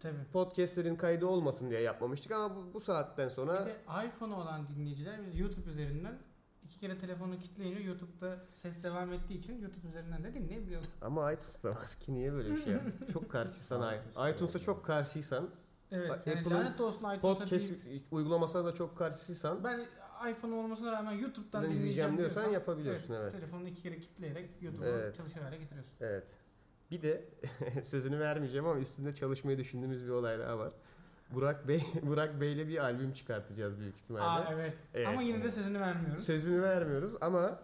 Speaker 1: Tabii.
Speaker 2: podcastlerin kaydı olmasın diye yapmamıştık ama bu, bu saatten
Speaker 1: Bir
Speaker 2: sonra
Speaker 1: de iPhone olan dinleyiciler biz YouTube üzerinden iki kere telefonu kilitleyince YouTube'da ses devam ettiği için YouTube üzerinden de dinleyebiliyorlar.
Speaker 2: ama iTunes'ta var ki niye böyle bir şey? yap- çok karşıysan
Speaker 4: iTunes'ta
Speaker 2: iTunes'a
Speaker 4: var.
Speaker 2: çok karşıysan
Speaker 1: Evet.
Speaker 2: Bak,
Speaker 1: yani
Speaker 2: Apple'ın
Speaker 1: lanet olsun iTunes'a
Speaker 2: podcast
Speaker 1: değil.
Speaker 2: uygulamasına da çok karşıysan
Speaker 1: Ben iPhone olmasına rağmen YouTube'dan
Speaker 2: ben
Speaker 1: dinleyeceğim,
Speaker 2: izleyeceğim diyorsan
Speaker 1: diyorsam-
Speaker 2: yapabiliyorsun evet.
Speaker 1: Telefonunu iki kere kilitleyerek YouTube'u
Speaker 2: Evet.
Speaker 1: çalışır hale getiriyorsun.
Speaker 2: Evet. Bir de sözünü vermeyeceğim ama üstünde çalışmayı düşündüğümüz bir olay daha var. Burak Bey Burak Bey'le bir albüm çıkartacağız büyük ihtimalle.
Speaker 1: Aa evet.
Speaker 2: Evet.
Speaker 1: Ama yine de sözünü vermiyoruz.
Speaker 2: Sözünü vermiyoruz ama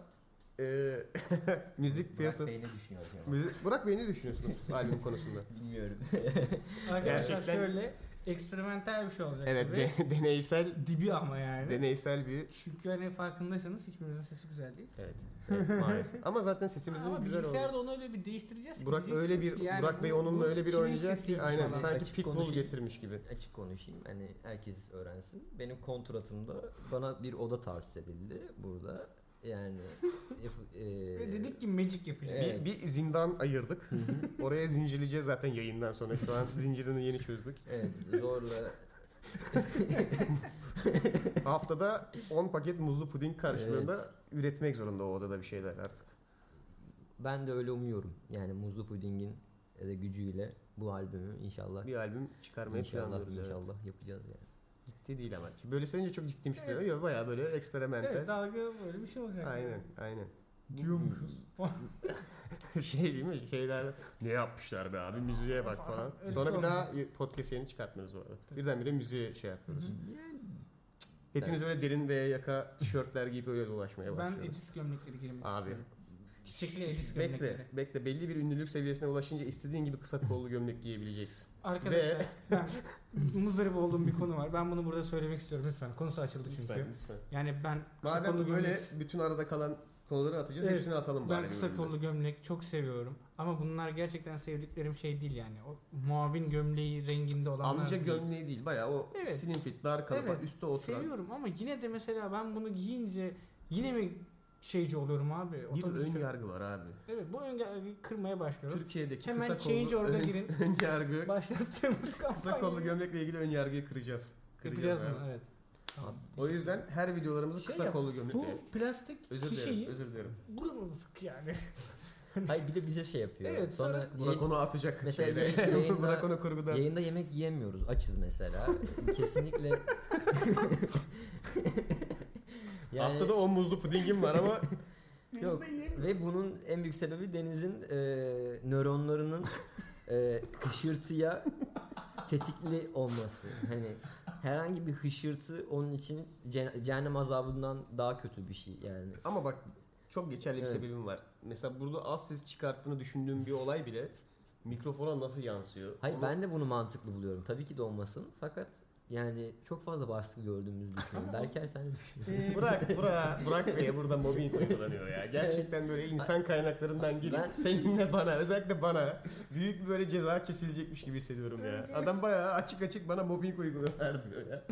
Speaker 2: e, müzik
Speaker 4: Burak
Speaker 2: piyasası
Speaker 4: Bey ne düşünüyor acaba?
Speaker 2: müzik, Burak Bey ne düşünüyorsunuz albüm konusunda?
Speaker 4: Bilmiyorum.
Speaker 1: Arkadaşlar
Speaker 2: Gerçekten-
Speaker 1: şöyle eksperimental bir şey olacak
Speaker 2: Evet
Speaker 1: tabii.
Speaker 2: de- deneysel
Speaker 1: Dibi ama yani.
Speaker 2: deneysel bir
Speaker 1: Çünkü hani farkındaysanız hiçbirimizin sesi güzel değil.
Speaker 2: evet, maalesef. Ama zaten sesimizin
Speaker 1: Ama
Speaker 2: güzel
Speaker 1: bilgisayarda
Speaker 2: oldu.
Speaker 1: onu öyle bir değiştireceğiz ki
Speaker 2: Burak
Speaker 1: diyeceksiniz
Speaker 2: öyle bir
Speaker 1: ki yani
Speaker 2: Burak Bey
Speaker 1: bu-
Speaker 2: onunla
Speaker 1: bu
Speaker 2: öyle bir
Speaker 1: kimin
Speaker 2: oynayacak ki
Speaker 1: sesiymiş
Speaker 2: aynen
Speaker 1: falan.
Speaker 4: Vallahi
Speaker 2: sanki
Speaker 4: açık
Speaker 2: Pitbull
Speaker 4: konuşayım.
Speaker 2: getirmiş gibi.
Speaker 4: Açık konuşayım hani herkes öğrensin. Benim kontratımda bana bir oda tahsis edildi burada. Yani yap- e,
Speaker 1: Ve dedik ki magic yapacağız.
Speaker 4: Evet.
Speaker 2: Bir, bir zindan ayırdık. Oraya zincirleyeceğiz zaten yayından sonra. Şu an zincirini yeni çözdük.
Speaker 4: evet zorla
Speaker 2: Haftada 10 paket muzlu puding karşılığında
Speaker 4: Evet.
Speaker 2: üretmek zorunda o odada bir şeyler artık.
Speaker 4: ben de öyle umuyorum. Yani Muzlu Puding'in ya da gücüyle bu albümü inşallah
Speaker 2: Bir albüm çıkarmayı
Speaker 4: inşallah
Speaker 2: planlıyoruz. evet.
Speaker 4: inşallah yapacağız yani.
Speaker 2: Ciddi ciddi değil ama. Ki Böyle söyleyince çok ciddiymiş gibi. geliyor. Yok bayağı böyle eksperimente.
Speaker 1: Evet dalga böyle bir şey olacak.
Speaker 2: Aynen Hmm. aynen.
Speaker 1: Diyormuşuz.
Speaker 2: şey değil mi? Şeyler ne yapmışlar be abi müziğe bak falan.
Speaker 1: Öyle
Speaker 2: Sonra bir
Speaker 1: sonra.
Speaker 2: daha podcast yayını çıkartmıyoruz bu arada.
Speaker 1: Tabii.
Speaker 2: Birdenbire müziğe şey yapıyoruz. Hepimiz
Speaker 4: Ben-
Speaker 2: öyle derin ve yaka tişörtler giyip öyle dolaşmaya
Speaker 1: ben
Speaker 2: başlıyoruz.
Speaker 1: Edis gömlekleri giymek
Speaker 2: Abi.
Speaker 1: istiyorum. Çiçekli Edis gömlekleri.
Speaker 2: Bekle, bekle. Belli bir ünlülük seviyesine ulaşınca istediğin gibi kısa kollu gömlek giyebileceksin.
Speaker 1: Arkadaşlar
Speaker 2: Ve-
Speaker 1: ben muzdarip olduğum bir konu var. Ben bunu burada söylemek istiyorum lütfen. Konusu açıldı çünkü.
Speaker 2: Lütfen, lütfen.
Speaker 1: Yani ben kısa kollu
Speaker 2: Madem
Speaker 1: gömlek,
Speaker 2: böyle bütün arada kalan konuları atacağız,
Speaker 1: Evet,
Speaker 2: hepsini atalım bari.
Speaker 1: ben kısa
Speaker 2: bir
Speaker 1: kollu gömlek çok seviyorum. Ama bunlar gerçekten sevdiklerim şey değil yani. O muavin gömleği renginde
Speaker 2: bölümde.
Speaker 1: olanlar
Speaker 2: Amca
Speaker 1: değil.
Speaker 2: gömleği değil, bayağı o
Speaker 1: Evet.
Speaker 2: slim fit, dar kalıp,
Speaker 1: Evet,
Speaker 2: üstte oturan.
Speaker 1: Seviyorum ama yine de mesela ben bunu giyince yine mi şeyci oluyorum abi?
Speaker 2: Bir
Speaker 1: Otobüs
Speaker 2: ön
Speaker 1: şoförü-
Speaker 2: yargı var abi.
Speaker 1: Evet bu ön yargıyı kırmaya başlıyoruz.
Speaker 2: Türkiye'deki
Speaker 1: Hemen
Speaker 2: kısa
Speaker 1: change
Speaker 2: kollu
Speaker 1: orada
Speaker 2: ön,
Speaker 1: girin.
Speaker 2: ön yargı,
Speaker 1: Başlattığımız kampanya.
Speaker 2: kısa kollu gömlekle ilgili ön yargıyı kıracağız.
Speaker 1: Yapacağız
Speaker 2: abi.
Speaker 1: bunu evet. Tamam,
Speaker 2: O
Speaker 1: teşekkür
Speaker 2: yüzden her videolarımızı
Speaker 1: Şey
Speaker 2: kısa
Speaker 1: yap,
Speaker 2: kollu
Speaker 1: ederim.
Speaker 2: gömlekle.
Speaker 1: bu plastik
Speaker 2: Özür dilerim,
Speaker 1: şişeyi
Speaker 2: özür dilerim.
Speaker 1: buranı sık yani.
Speaker 4: Hayır bir de bize şey yapıyor.
Speaker 1: Evet,
Speaker 4: sonra,
Speaker 1: sonra-
Speaker 2: Burak
Speaker 4: yayın-
Speaker 2: onu atacak.
Speaker 4: Mesela
Speaker 2: şeyde.
Speaker 4: yayında-
Speaker 2: Burak onu kurguda.
Speaker 4: yayında yemek yiyemiyoruz. Açız mesela. Kesinlikle. Yani-
Speaker 2: Haftada 10 muzlu pudingim var ama
Speaker 4: Yok. Ve bunun en büyük sebebi Deniz'in e, nöronlarının e, hışırtıya tetikli olması. Hani herhangi bir hışırtı onun için ceh- cehennem azabından daha kötü bir şey yani.
Speaker 2: ama bak çok geçerli bir
Speaker 4: Evet.
Speaker 2: sebebim var. Mesela burada az ses çıkarttığını düşündüğüm bir olay bile mikrofona nasıl yansıyor?
Speaker 4: Hayır
Speaker 2: Onu-
Speaker 4: ben de bunu mantıklı buluyorum. Tabii ki de olmasın. Fakat yani çok fazla baskı gördüğümüzü düşünüyorum. Berker sen ne düşünüyorsun?
Speaker 1: Ee,
Speaker 2: Burak, Burak, Burak Bey'e burada mobbing uygulanıyor ya. Gerçekten böyle insan kaynaklarından gelip
Speaker 4: Ben-
Speaker 2: seninle bana, özellikle bana büyük bir böyle ceza kesilecekmiş gibi hissediyorum ya. Adam bayağı açık açık bana mobbing uyguluyorlar diyor ya.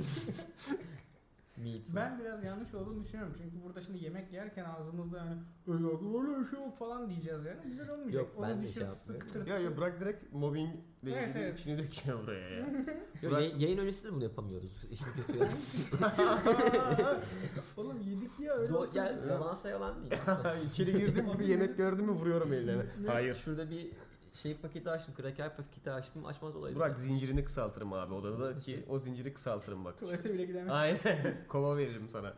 Speaker 4: Me too.
Speaker 1: ben biraz yanlış olduğunu düşünüyorum. Çünkü burada şimdi yemek yerken ağzımızda yani öyle yok, öyle şey yok falan diyeceğiz yani. Güzel olmayacak.
Speaker 4: Yok, ben de şey
Speaker 1: hışırtısı,
Speaker 4: yapmıyorum.
Speaker 1: kıtırtısı-
Speaker 2: Ya ya Burak direkt mobbing ile
Speaker 1: Evet,
Speaker 2: ilgili
Speaker 1: evet.
Speaker 2: içini döküyor buraya ya.
Speaker 4: Yok, yay- yayın öncesi de bunu yapamıyoruz. İşin kötü yanı.
Speaker 1: Oğlum yedik ya öyle.
Speaker 4: Do-
Speaker 1: olacak.
Speaker 4: ya, yalansa yalan değil.
Speaker 2: İçeri girdim gibi yemek gördüm mü vuruyorum ellerine. Hayır.
Speaker 4: Şurada bir şey paketi açtım. Kraker paketi açtım. Açmaz olaydı.
Speaker 2: Burak zincirini kısaltırım abi odada ki o zinciri kısaltırım bak.
Speaker 1: Tuvalete bile gidemez.
Speaker 2: Aynen. Kova veririm sana.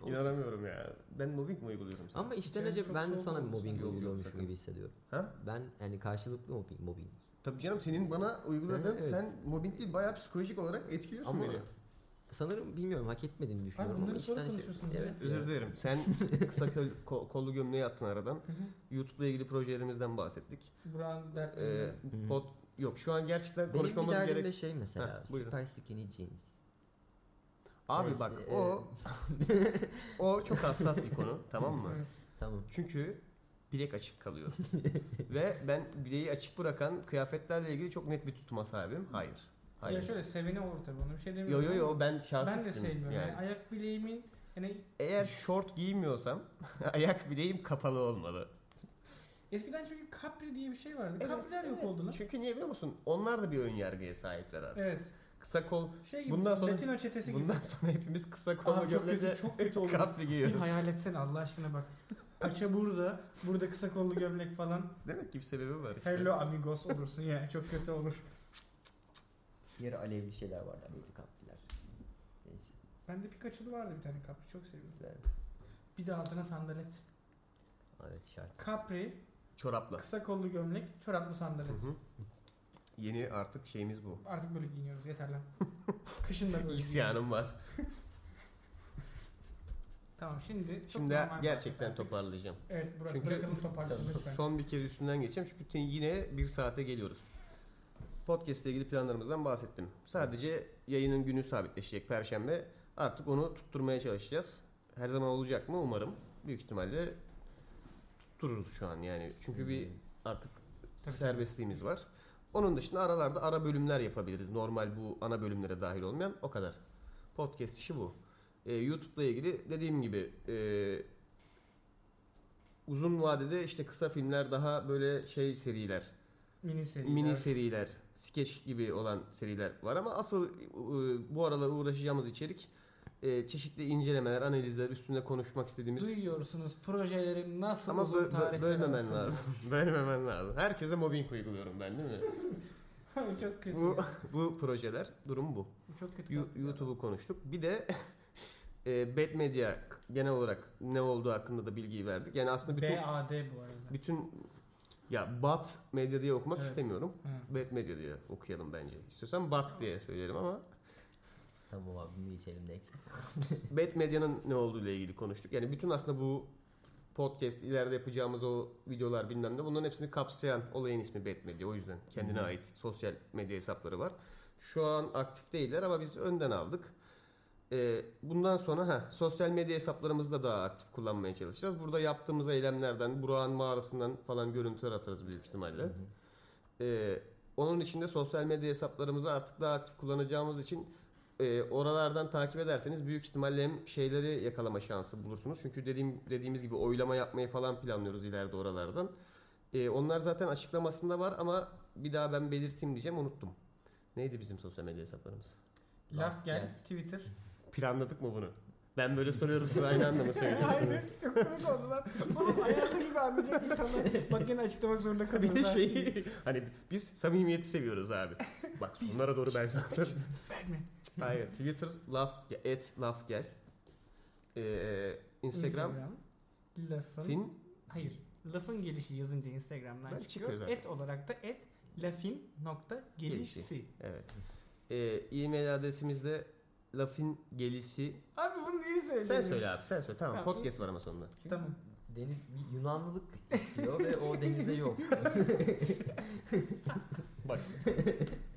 Speaker 4: Olsun.
Speaker 2: İnanamıyorum ya. Ben mobbing mi uyguluyorum sana?
Speaker 4: Ama işten
Speaker 1: İçerisi
Speaker 4: acaba
Speaker 1: çok
Speaker 4: ben de
Speaker 1: soğuk
Speaker 4: sana
Speaker 1: olduğu için
Speaker 4: mobbing
Speaker 2: bilmiyorum
Speaker 4: uyguluyormuşum
Speaker 2: sakın.
Speaker 4: gibi hissediyorum.
Speaker 2: Ha?
Speaker 4: Ben yani karşılıklı mobbing. mobbing.
Speaker 2: Tabii canım senin bana uyguladığın
Speaker 4: Evet.
Speaker 2: sen mobbing değil bayağı psikolojik olarak etkiliyorsun
Speaker 4: Ama
Speaker 2: beni.
Speaker 4: Sanırım bilmiyorum hak etmediğimi düşünüyorum ama
Speaker 1: bunları sonra
Speaker 4: işten şey.
Speaker 1: konuşursunuz ya.
Speaker 4: Evet. ya.
Speaker 2: Özür dilerim. Sen kısa köl, ko- kollu gömleği attın aradan. YouTube'la ilgili projelerimizden bahsettik.
Speaker 1: Buran
Speaker 2: Ee,
Speaker 1: dertleri.
Speaker 4: Hı.
Speaker 2: pod, yok şu an gerçekten
Speaker 4: Benim bir
Speaker 2: konuşmamız
Speaker 4: derdim
Speaker 2: gerek.
Speaker 4: de şey mesela.
Speaker 2: Heh, buyurun.
Speaker 4: super skinny jeans.
Speaker 2: Abi
Speaker 4: Neyse, e,
Speaker 2: bak
Speaker 4: evet.
Speaker 2: o o çok hassas bir konu tamam mı?
Speaker 1: Evet.
Speaker 4: Tamam.
Speaker 2: Çünkü bilek açık kalıyor. Ve ben bileği açık bırakan kıyafetlerle ilgili çok net bir tutuma sibim. Hayır. Hayır.
Speaker 1: Ya şöyle seveni olur tabii ona bir şey
Speaker 2: Yo
Speaker 1: demiyorum.
Speaker 2: yo yo ben
Speaker 1: ama
Speaker 2: şahsi
Speaker 1: Ben de
Speaker 2: fikrim
Speaker 1: sevmiyorum. Yani.
Speaker 2: yani.
Speaker 1: ayak bileğimin yani
Speaker 2: Eğer şort giymiyorsam ayak bileğim kapalı olmalı.
Speaker 1: eskiden çünkü kapri diye bir şey vardı.
Speaker 2: Evet,
Speaker 1: Kapriler yok
Speaker 2: evet.
Speaker 1: oldu lan.
Speaker 2: Çünkü niye biliyor musun? Onlar da bir ön yargıya sahipler artık.
Speaker 1: Evet.
Speaker 2: Kısa kol
Speaker 1: Şey gibi
Speaker 2: Bundan
Speaker 1: Bundan
Speaker 2: sonra-
Speaker 1: sonra, Latino çetesi gibi.
Speaker 2: Bundan sonra hepimiz kısa kollu
Speaker 1: Abi çok kötü,
Speaker 2: gömlekle
Speaker 1: çok kötü olur.
Speaker 2: kapri
Speaker 1: Bir
Speaker 2: giyiyoruz.
Speaker 1: hayal etsene Allah aşkına bak. Paça burada, burada kısa kollu gömlek falan.
Speaker 2: Demek ki bir sebebi var işte.
Speaker 1: Hello amigos olursun yani çok kötü olur.
Speaker 4: Yarı alevli şeyler vardı. Alevli kaptiler. Neyse.
Speaker 1: Bende Pikachu'lu vardı bir tane kapri çok sevdim.
Speaker 4: Güzel.
Speaker 1: Bir de altına sandalet.
Speaker 4: Evet şart.
Speaker 1: Kapri,
Speaker 2: Çorapla.
Speaker 1: kısa kollu gömlek, çoraplı
Speaker 2: Hı
Speaker 1: sandalet.
Speaker 2: hı. Yeni artık şeyimiz bu.
Speaker 1: Artık böyle giyiniyoruz yeter lan. Kışın da böyle giyiniyoruz.
Speaker 2: İsyanım var.
Speaker 1: Tamam şimdi. çok
Speaker 2: Şimdi
Speaker 1: normal
Speaker 2: gerçekten
Speaker 1: başladık.
Speaker 2: toparlayacağım.
Speaker 1: Evet Burak
Speaker 2: Çünkü-
Speaker 1: bırakalım toparlasın lütfen.
Speaker 2: Son bir kez üstünden geçeceğim çünkü te- yine bir saate geliyoruz. Podcast ile ilgili planlarımızdan bahsettim. Sadece yayının günü sabitleşecek Perşembe. Artık onu tutturmaya çalışacağız. Her zaman olacak mı umarım. Büyük ihtimalle tuttururuz şu an yani. Çünkü bir
Speaker 4: Hmm,
Speaker 2: artık
Speaker 1: Tabii.
Speaker 2: serbestliğimiz var. Onun dışında aralarda ara bölümler yapabiliriz. Normal bu ana bölümlere dahil olmayan o kadar. Podcast işi bu. Ee, YouTube'la ilgili dediğim gibi e, uzun vadede işte kısa filmler daha böyle şey seriler,
Speaker 1: Mini seri.
Speaker 2: mini seriler, skeç gibi olan seriler var ama asıl e, bu aralar uğraşacağımız içerik e, çeşitli incelemeler, analizler üstünde konuşmak istediğimiz
Speaker 1: Duyuyorsunuz projelerim nasıl
Speaker 2: ama
Speaker 1: uzun
Speaker 2: bö- bö-
Speaker 1: tarihler
Speaker 2: bölmemen
Speaker 1: arasında-
Speaker 2: lazım. bölmemen lazım. Herkese mobbing uyguluyorum ben değil mi?
Speaker 1: çok kötü.
Speaker 2: Bu bu projeler durum bu.
Speaker 1: Bu çok kötü.
Speaker 2: Yu- YouTube'u konuştuk. Bir de e, Bad Media genel olarak ne olduğu hakkında da bilgiyi verdik. Yani aslında bütün
Speaker 1: BAD bu arada.
Speaker 2: bütün ya bat medya diye okumak
Speaker 1: Evet.
Speaker 2: istemiyorum.
Speaker 1: Hı.
Speaker 2: Bad Media diye okuyalım bence. İstiyorsan bat diye söyleyelim ama
Speaker 4: Tamam abi bunu geçelim next.
Speaker 2: Bad Medya'nın ne olduğuyla ilgili konuştuk. Yani bütün aslında bu podcast ileride yapacağımız o videolar bilmem ne bunların hepsini kapsayan olayın ismi Bad Media. O yüzden kendine
Speaker 3: Hı hı.
Speaker 2: ait sosyal medya hesapları var. Şu an aktif değiller ama biz önden aldık. Ee, bundan sonra ha sosyal medya hesaplarımızı da daha aktif kullanmaya çalışacağız. Burada yaptığımız eylemlerden, Burak'ın mağarasından falan görüntüler atarız büyük ihtimalle. Ee, onun içinde sosyal medya hesaplarımızı artık daha aktif kullanacağımız için e, oralardan takip ederseniz büyük ihtimalle hem şeyleri yakalama şansı bulursunuz. Çünkü dediğim dediğimiz gibi oylama yapmayı falan planlıyoruz ileride oralardan. E, onlar zaten açıklamasında var ama bir daha ben belirteyim diyeceğim unuttum. Neydi bizim sosyal medya hesaplarımız? Ah,
Speaker 1: Laf gel,
Speaker 4: Gel.
Speaker 1: Twitter.
Speaker 2: Planladık mı bunu? Ben böyle soruyorum siz aynı anda mı söylüyorsunuz?
Speaker 1: çok komik oldu lan. Oğlum hayatı gibi anlayacak insanlar. Bak gene açıklamak zorunda
Speaker 2: Bir
Speaker 1: kalıyoruz.
Speaker 2: de
Speaker 1: her şeyi.
Speaker 2: şey hani biz samimiyeti seviyoruz abi. Bak sonlara doğru ben sana söyleyeyim.
Speaker 1: Verme.
Speaker 2: Hayır. Twitter laf et laf gel. Ee, Instagram,
Speaker 1: Lafın.
Speaker 2: fin
Speaker 1: Hayır. Lafın gelişi yazınca Instagram'dan
Speaker 2: Ben
Speaker 1: çıkıyor.
Speaker 2: çıkıyor zaten.
Speaker 1: Et olarak da et lafin nokta gelişi.
Speaker 2: evet. Ee, e-mail adresimiz de lafin gelisi.
Speaker 1: Abi bunu niye söyledin?
Speaker 2: Sen söyle abi sen söyle. Tamam
Speaker 1: Tamam.
Speaker 2: podcast var ama sonunda.
Speaker 4: Çünkü
Speaker 1: Tamam.
Speaker 4: Deniz bir Yunanlılık istiyor ve o denizde yok.
Speaker 2: Bak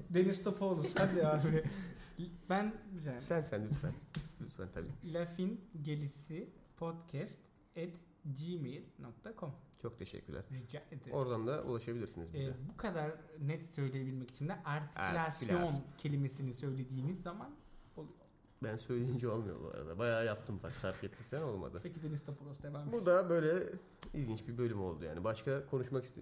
Speaker 1: Deniz Topoulos hadi abi. ben güzel.
Speaker 2: sen sen lütfen. lütfen tabii.
Speaker 1: Lafin gelişi podcast at gmail.com
Speaker 2: Çok teşekkürler.
Speaker 1: Rica ederim.
Speaker 2: Oradan da ulaşabilirsiniz bize.
Speaker 1: Ee, bu kadar net söyleyebilmek için de artikülasyon
Speaker 2: Artikülasyon.
Speaker 1: kelimesini söylediğiniz zaman
Speaker 2: Ben söyleyince olmuyor bu arada. Bayağı yaptım bak fark ettin sen olmadı.
Speaker 1: peki Deniz Topoulos devam
Speaker 2: Bu
Speaker 1: etsin.
Speaker 2: da böyle ilginç bir bölüm oldu yani. Başka konuşmak iste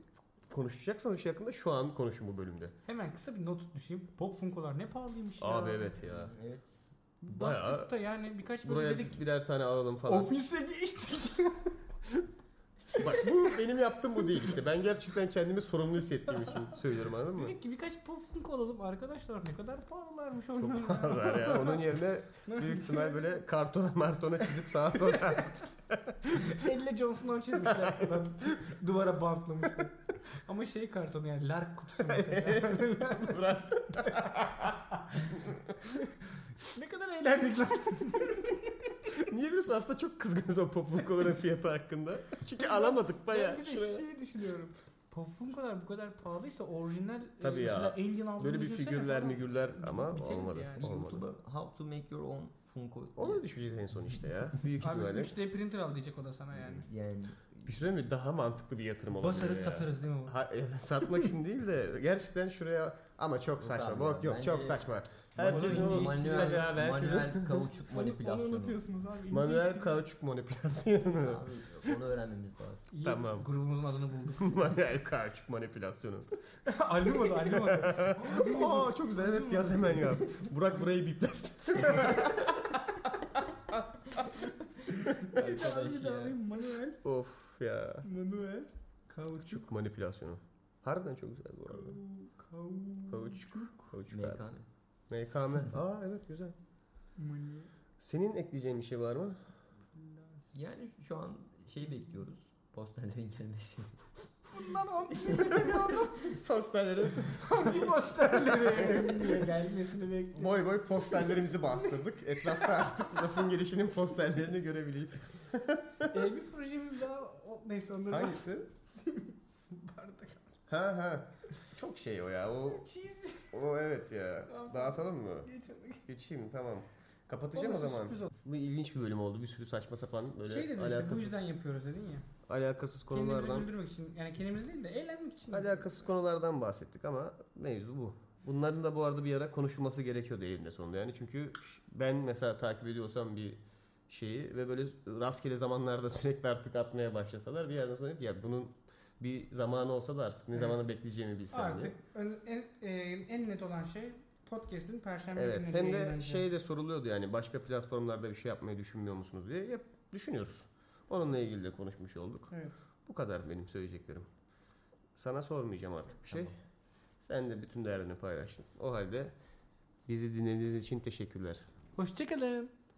Speaker 2: konuşacaksanız bir şey hakkında şu an konuşun bu bölümde.
Speaker 1: Hemen kısa bir not düşeyim. Pop funkolar ne pahalıymış ya.
Speaker 2: Abi evet ya.
Speaker 4: evet.
Speaker 2: Bayağı-
Speaker 1: Baktık da yani birkaç bölüm
Speaker 2: Buraya
Speaker 1: dedik.
Speaker 2: birer tane alalım falan.
Speaker 1: Ofise geçtik.
Speaker 2: Bak bu benim yaptığım bu değil işte. Ben gerçekten kendimi sorumlu hissettiğim için söylüyorum anladın mı?
Speaker 1: dedik ki birkaç pop funko alalım arkadaşlar. Ne kadar pahalılarmış onlar.
Speaker 2: Çok pahalılar ya. Onun yerine büyük ihtimal böyle kartona martona çizip sağa sola.
Speaker 1: Elle Johnson'dan çizmişler. falan. Duvara bantlamışlar. Ama şey kartonu yani lark kutusu mesela. ne kadar eğlendik lan.
Speaker 2: Niye biliyorsun aslında çok kızgınız o populkoların fiyatı hakkında. Çünkü alamadık
Speaker 1: Ben
Speaker 2: bayağı.
Speaker 1: bir
Speaker 2: Şuraya-
Speaker 1: de şey düşünüyorum. Popfunkolar bu kadar pahalıysa orijinal e,
Speaker 2: Tabii ya.
Speaker 1: mesela Alien aldığını
Speaker 2: Böyle bir
Speaker 1: düşünsene
Speaker 2: figürler
Speaker 1: falan.
Speaker 2: migürler ama
Speaker 1: Biteriz
Speaker 2: olmadı.
Speaker 1: yani.
Speaker 4: Bir
Speaker 2: Olmadı.
Speaker 4: YouTube'a how to make your own Funko.
Speaker 2: Ona düşeceğiz en son işte ya. Büyük
Speaker 1: Abi
Speaker 2: ihtimalle.
Speaker 1: 3D printer al diyecek o da sana yani.
Speaker 4: Yani
Speaker 2: Bir şey söyleyeyim mi? Daha mantıklı bir yatırım Hmm. olabilir
Speaker 1: Basarız
Speaker 2: ya.
Speaker 1: satarız değil mi? bu?
Speaker 2: Ha, evet, satmak için değil de gerçekten şuraya ama çok
Speaker 4: Yok
Speaker 2: saçma.
Speaker 4: abi
Speaker 2: Bok
Speaker 4: ya,
Speaker 2: yok
Speaker 4: bence-
Speaker 2: çok saçma.
Speaker 4: manuel-
Speaker 2: Herkesin o tabii
Speaker 4: manuel,
Speaker 2: abi herkesin
Speaker 4: manuel kauçuk
Speaker 1: Onu
Speaker 4: manipülasyonu.
Speaker 1: unutuyorsunuz abi. İnce
Speaker 2: manuel
Speaker 1: ince.
Speaker 2: kauçuk manipülasyonu.
Speaker 4: Abi, onu öğrenmemiz lazım.
Speaker 1: İyi,
Speaker 2: Tamam.
Speaker 1: Grubumuzun adını bulduk.
Speaker 2: manuel kauçuk manipülasyonu.
Speaker 1: Aldım onu aldım onu.
Speaker 2: Aa çok güzel evet yaz hemen yaz. Burak burayı biplersin.
Speaker 1: Bir daha
Speaker 4: Arkadaş
Speaker 1: bir daha
Speaker 4: ya.
Speaker 1: alayım. Manuel.
Speaker 2: of ya.
Speaker 1: Manuel. Kauçuk.
Speaker 2: Kauçuk manipülasyonu. Harbiden çok güzel bu arada.
Speaker 1: Kau- kau-
Speaker 2: Kauçuk. Kauçuk abi.
Speaker 4: MKM.
Speaker 2: MKM. Aa evet güzel.
Speaker 1: Manuel.
Speaker 2: Senin ekleyeceğin bir şey var mı?
Speaker 4: Yani şu an şey bekliyoruz. Posterlerin gelmesini.
Speaker 1: Bundan 10 dakika aldım.
Speaker 2: Posterleri.
Speaker 1: Hangi posterleri? Diye gelmesini bekliyorum.
Speaker 2: Boy boy posterlerimizi bastırdık. Etrafta artık lafın gelişinin posterlerini görebileceğiz.
Speaker 1: ee, bir projemiz daha. o- Neyse onları da
Speaker 2: Hangisi?
Speaker 1: bardak.
Speaker 2: Ha ha. Çok şey o ya. O,
Speaker 1: Cheese.
Speaker 2: o evet ya. Dağıtalım mı?
Speaker 1: Geç onu.
Speaker 2: Geçeyim tamam. Kapatacağım o zaman. Bu ilginç bir bölüm oldu. Bir sürü saçma sapan böyle
Speaker 1: şey dedin işte bu
Speaker 2: alakasız,
Speaker 1: yüzden yapıyoruz dedin ya.
Speaker 2: alakasız
Speaker 1: Kendimizi
Speaker 2: konulardan
Speaker 1: güldürmek için. Yani kendimizi değil de eğlenmek için.
Speaker 2: alakasız konulardan bahsettik ama mevzu bu. Bunların da bu arada bir ara konuşulması gerekiyordu evinde sonunda yani çünkü ben mesela takip ediyorsam bir şeyi ve böyle rastgele zamanlarda sürekli artık atmaya başlasalar bir yerden sonra dedim ki ya bunun bir zamanı olsa da artık ne
Speaker 1: Evet.
Speaker 2: zamanı bekleyeceğimi bilsem diye.
Speaker 1: Artık ön- en, e, en net olan şey podcast'in perşembe
Speaker 2: Evet
Speaker 1: günü
Speaker 2: hem de
Speaker 1: yayınlanacağı.
Speaker 2: şey de soruluyordu yani başka platformlarda bir şey yapmayı düşünmüyor musunuz diye Yap- düşünüyoruz. Onunla ilgili de konuşmuş olduk.
Speaker 1: Evet.
Speaker 2: Bu kadar benim söyleyeceklerim. Sana sormayacağım artık bir şey.
Speaker 4: Tamam.
Speaker 2: Sen de bütün değerlerini paylaştın. O halde bizi dinlediğiniz için teşekkürler.
Speaker 1: Hoşçakalın.